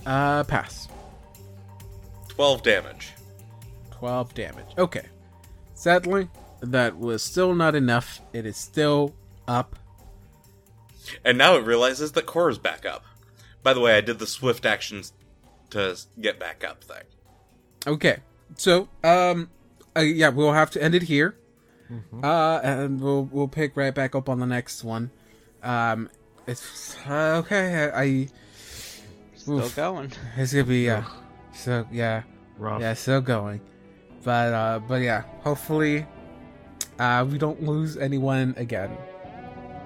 Uh, pass. Twelve damage. Twelve damage. Okay. Sadly, that was still not enough. It is still up. And now it realizes that Cora's back up. By the way, I did the swift actions to s- get back up thing. Okay. So, um, uh, yeah, we'll have to end it here. Uh, and we'll we'll pick right back up on the next one. Um, it's uh, okay. I, I Still Oof. going. it's gonna be uh, so yeah. Rough. Yeah, still going. But uh but yeah, hopefully uh we don't lose anyone again.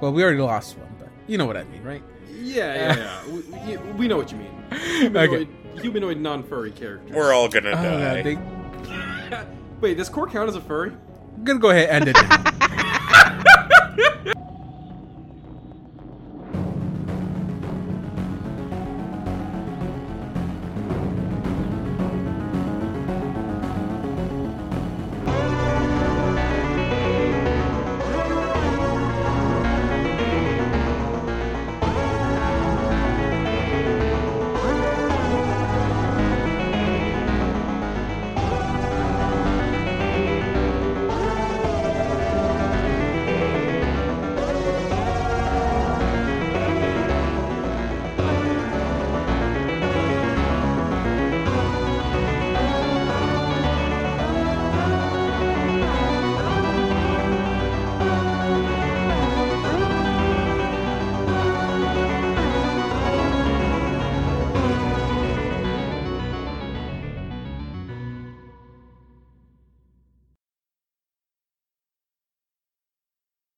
Well, we already lost one, but you know what I mean, right? Yeah, yeah, yeah. we, we- you- we know what you mean. Okay. Humanoid, humanoid non-furry characters. We're all gonna Oh, die. yeah, they- Wait, does Core count as a furry? I'm gonna go ahead and end it.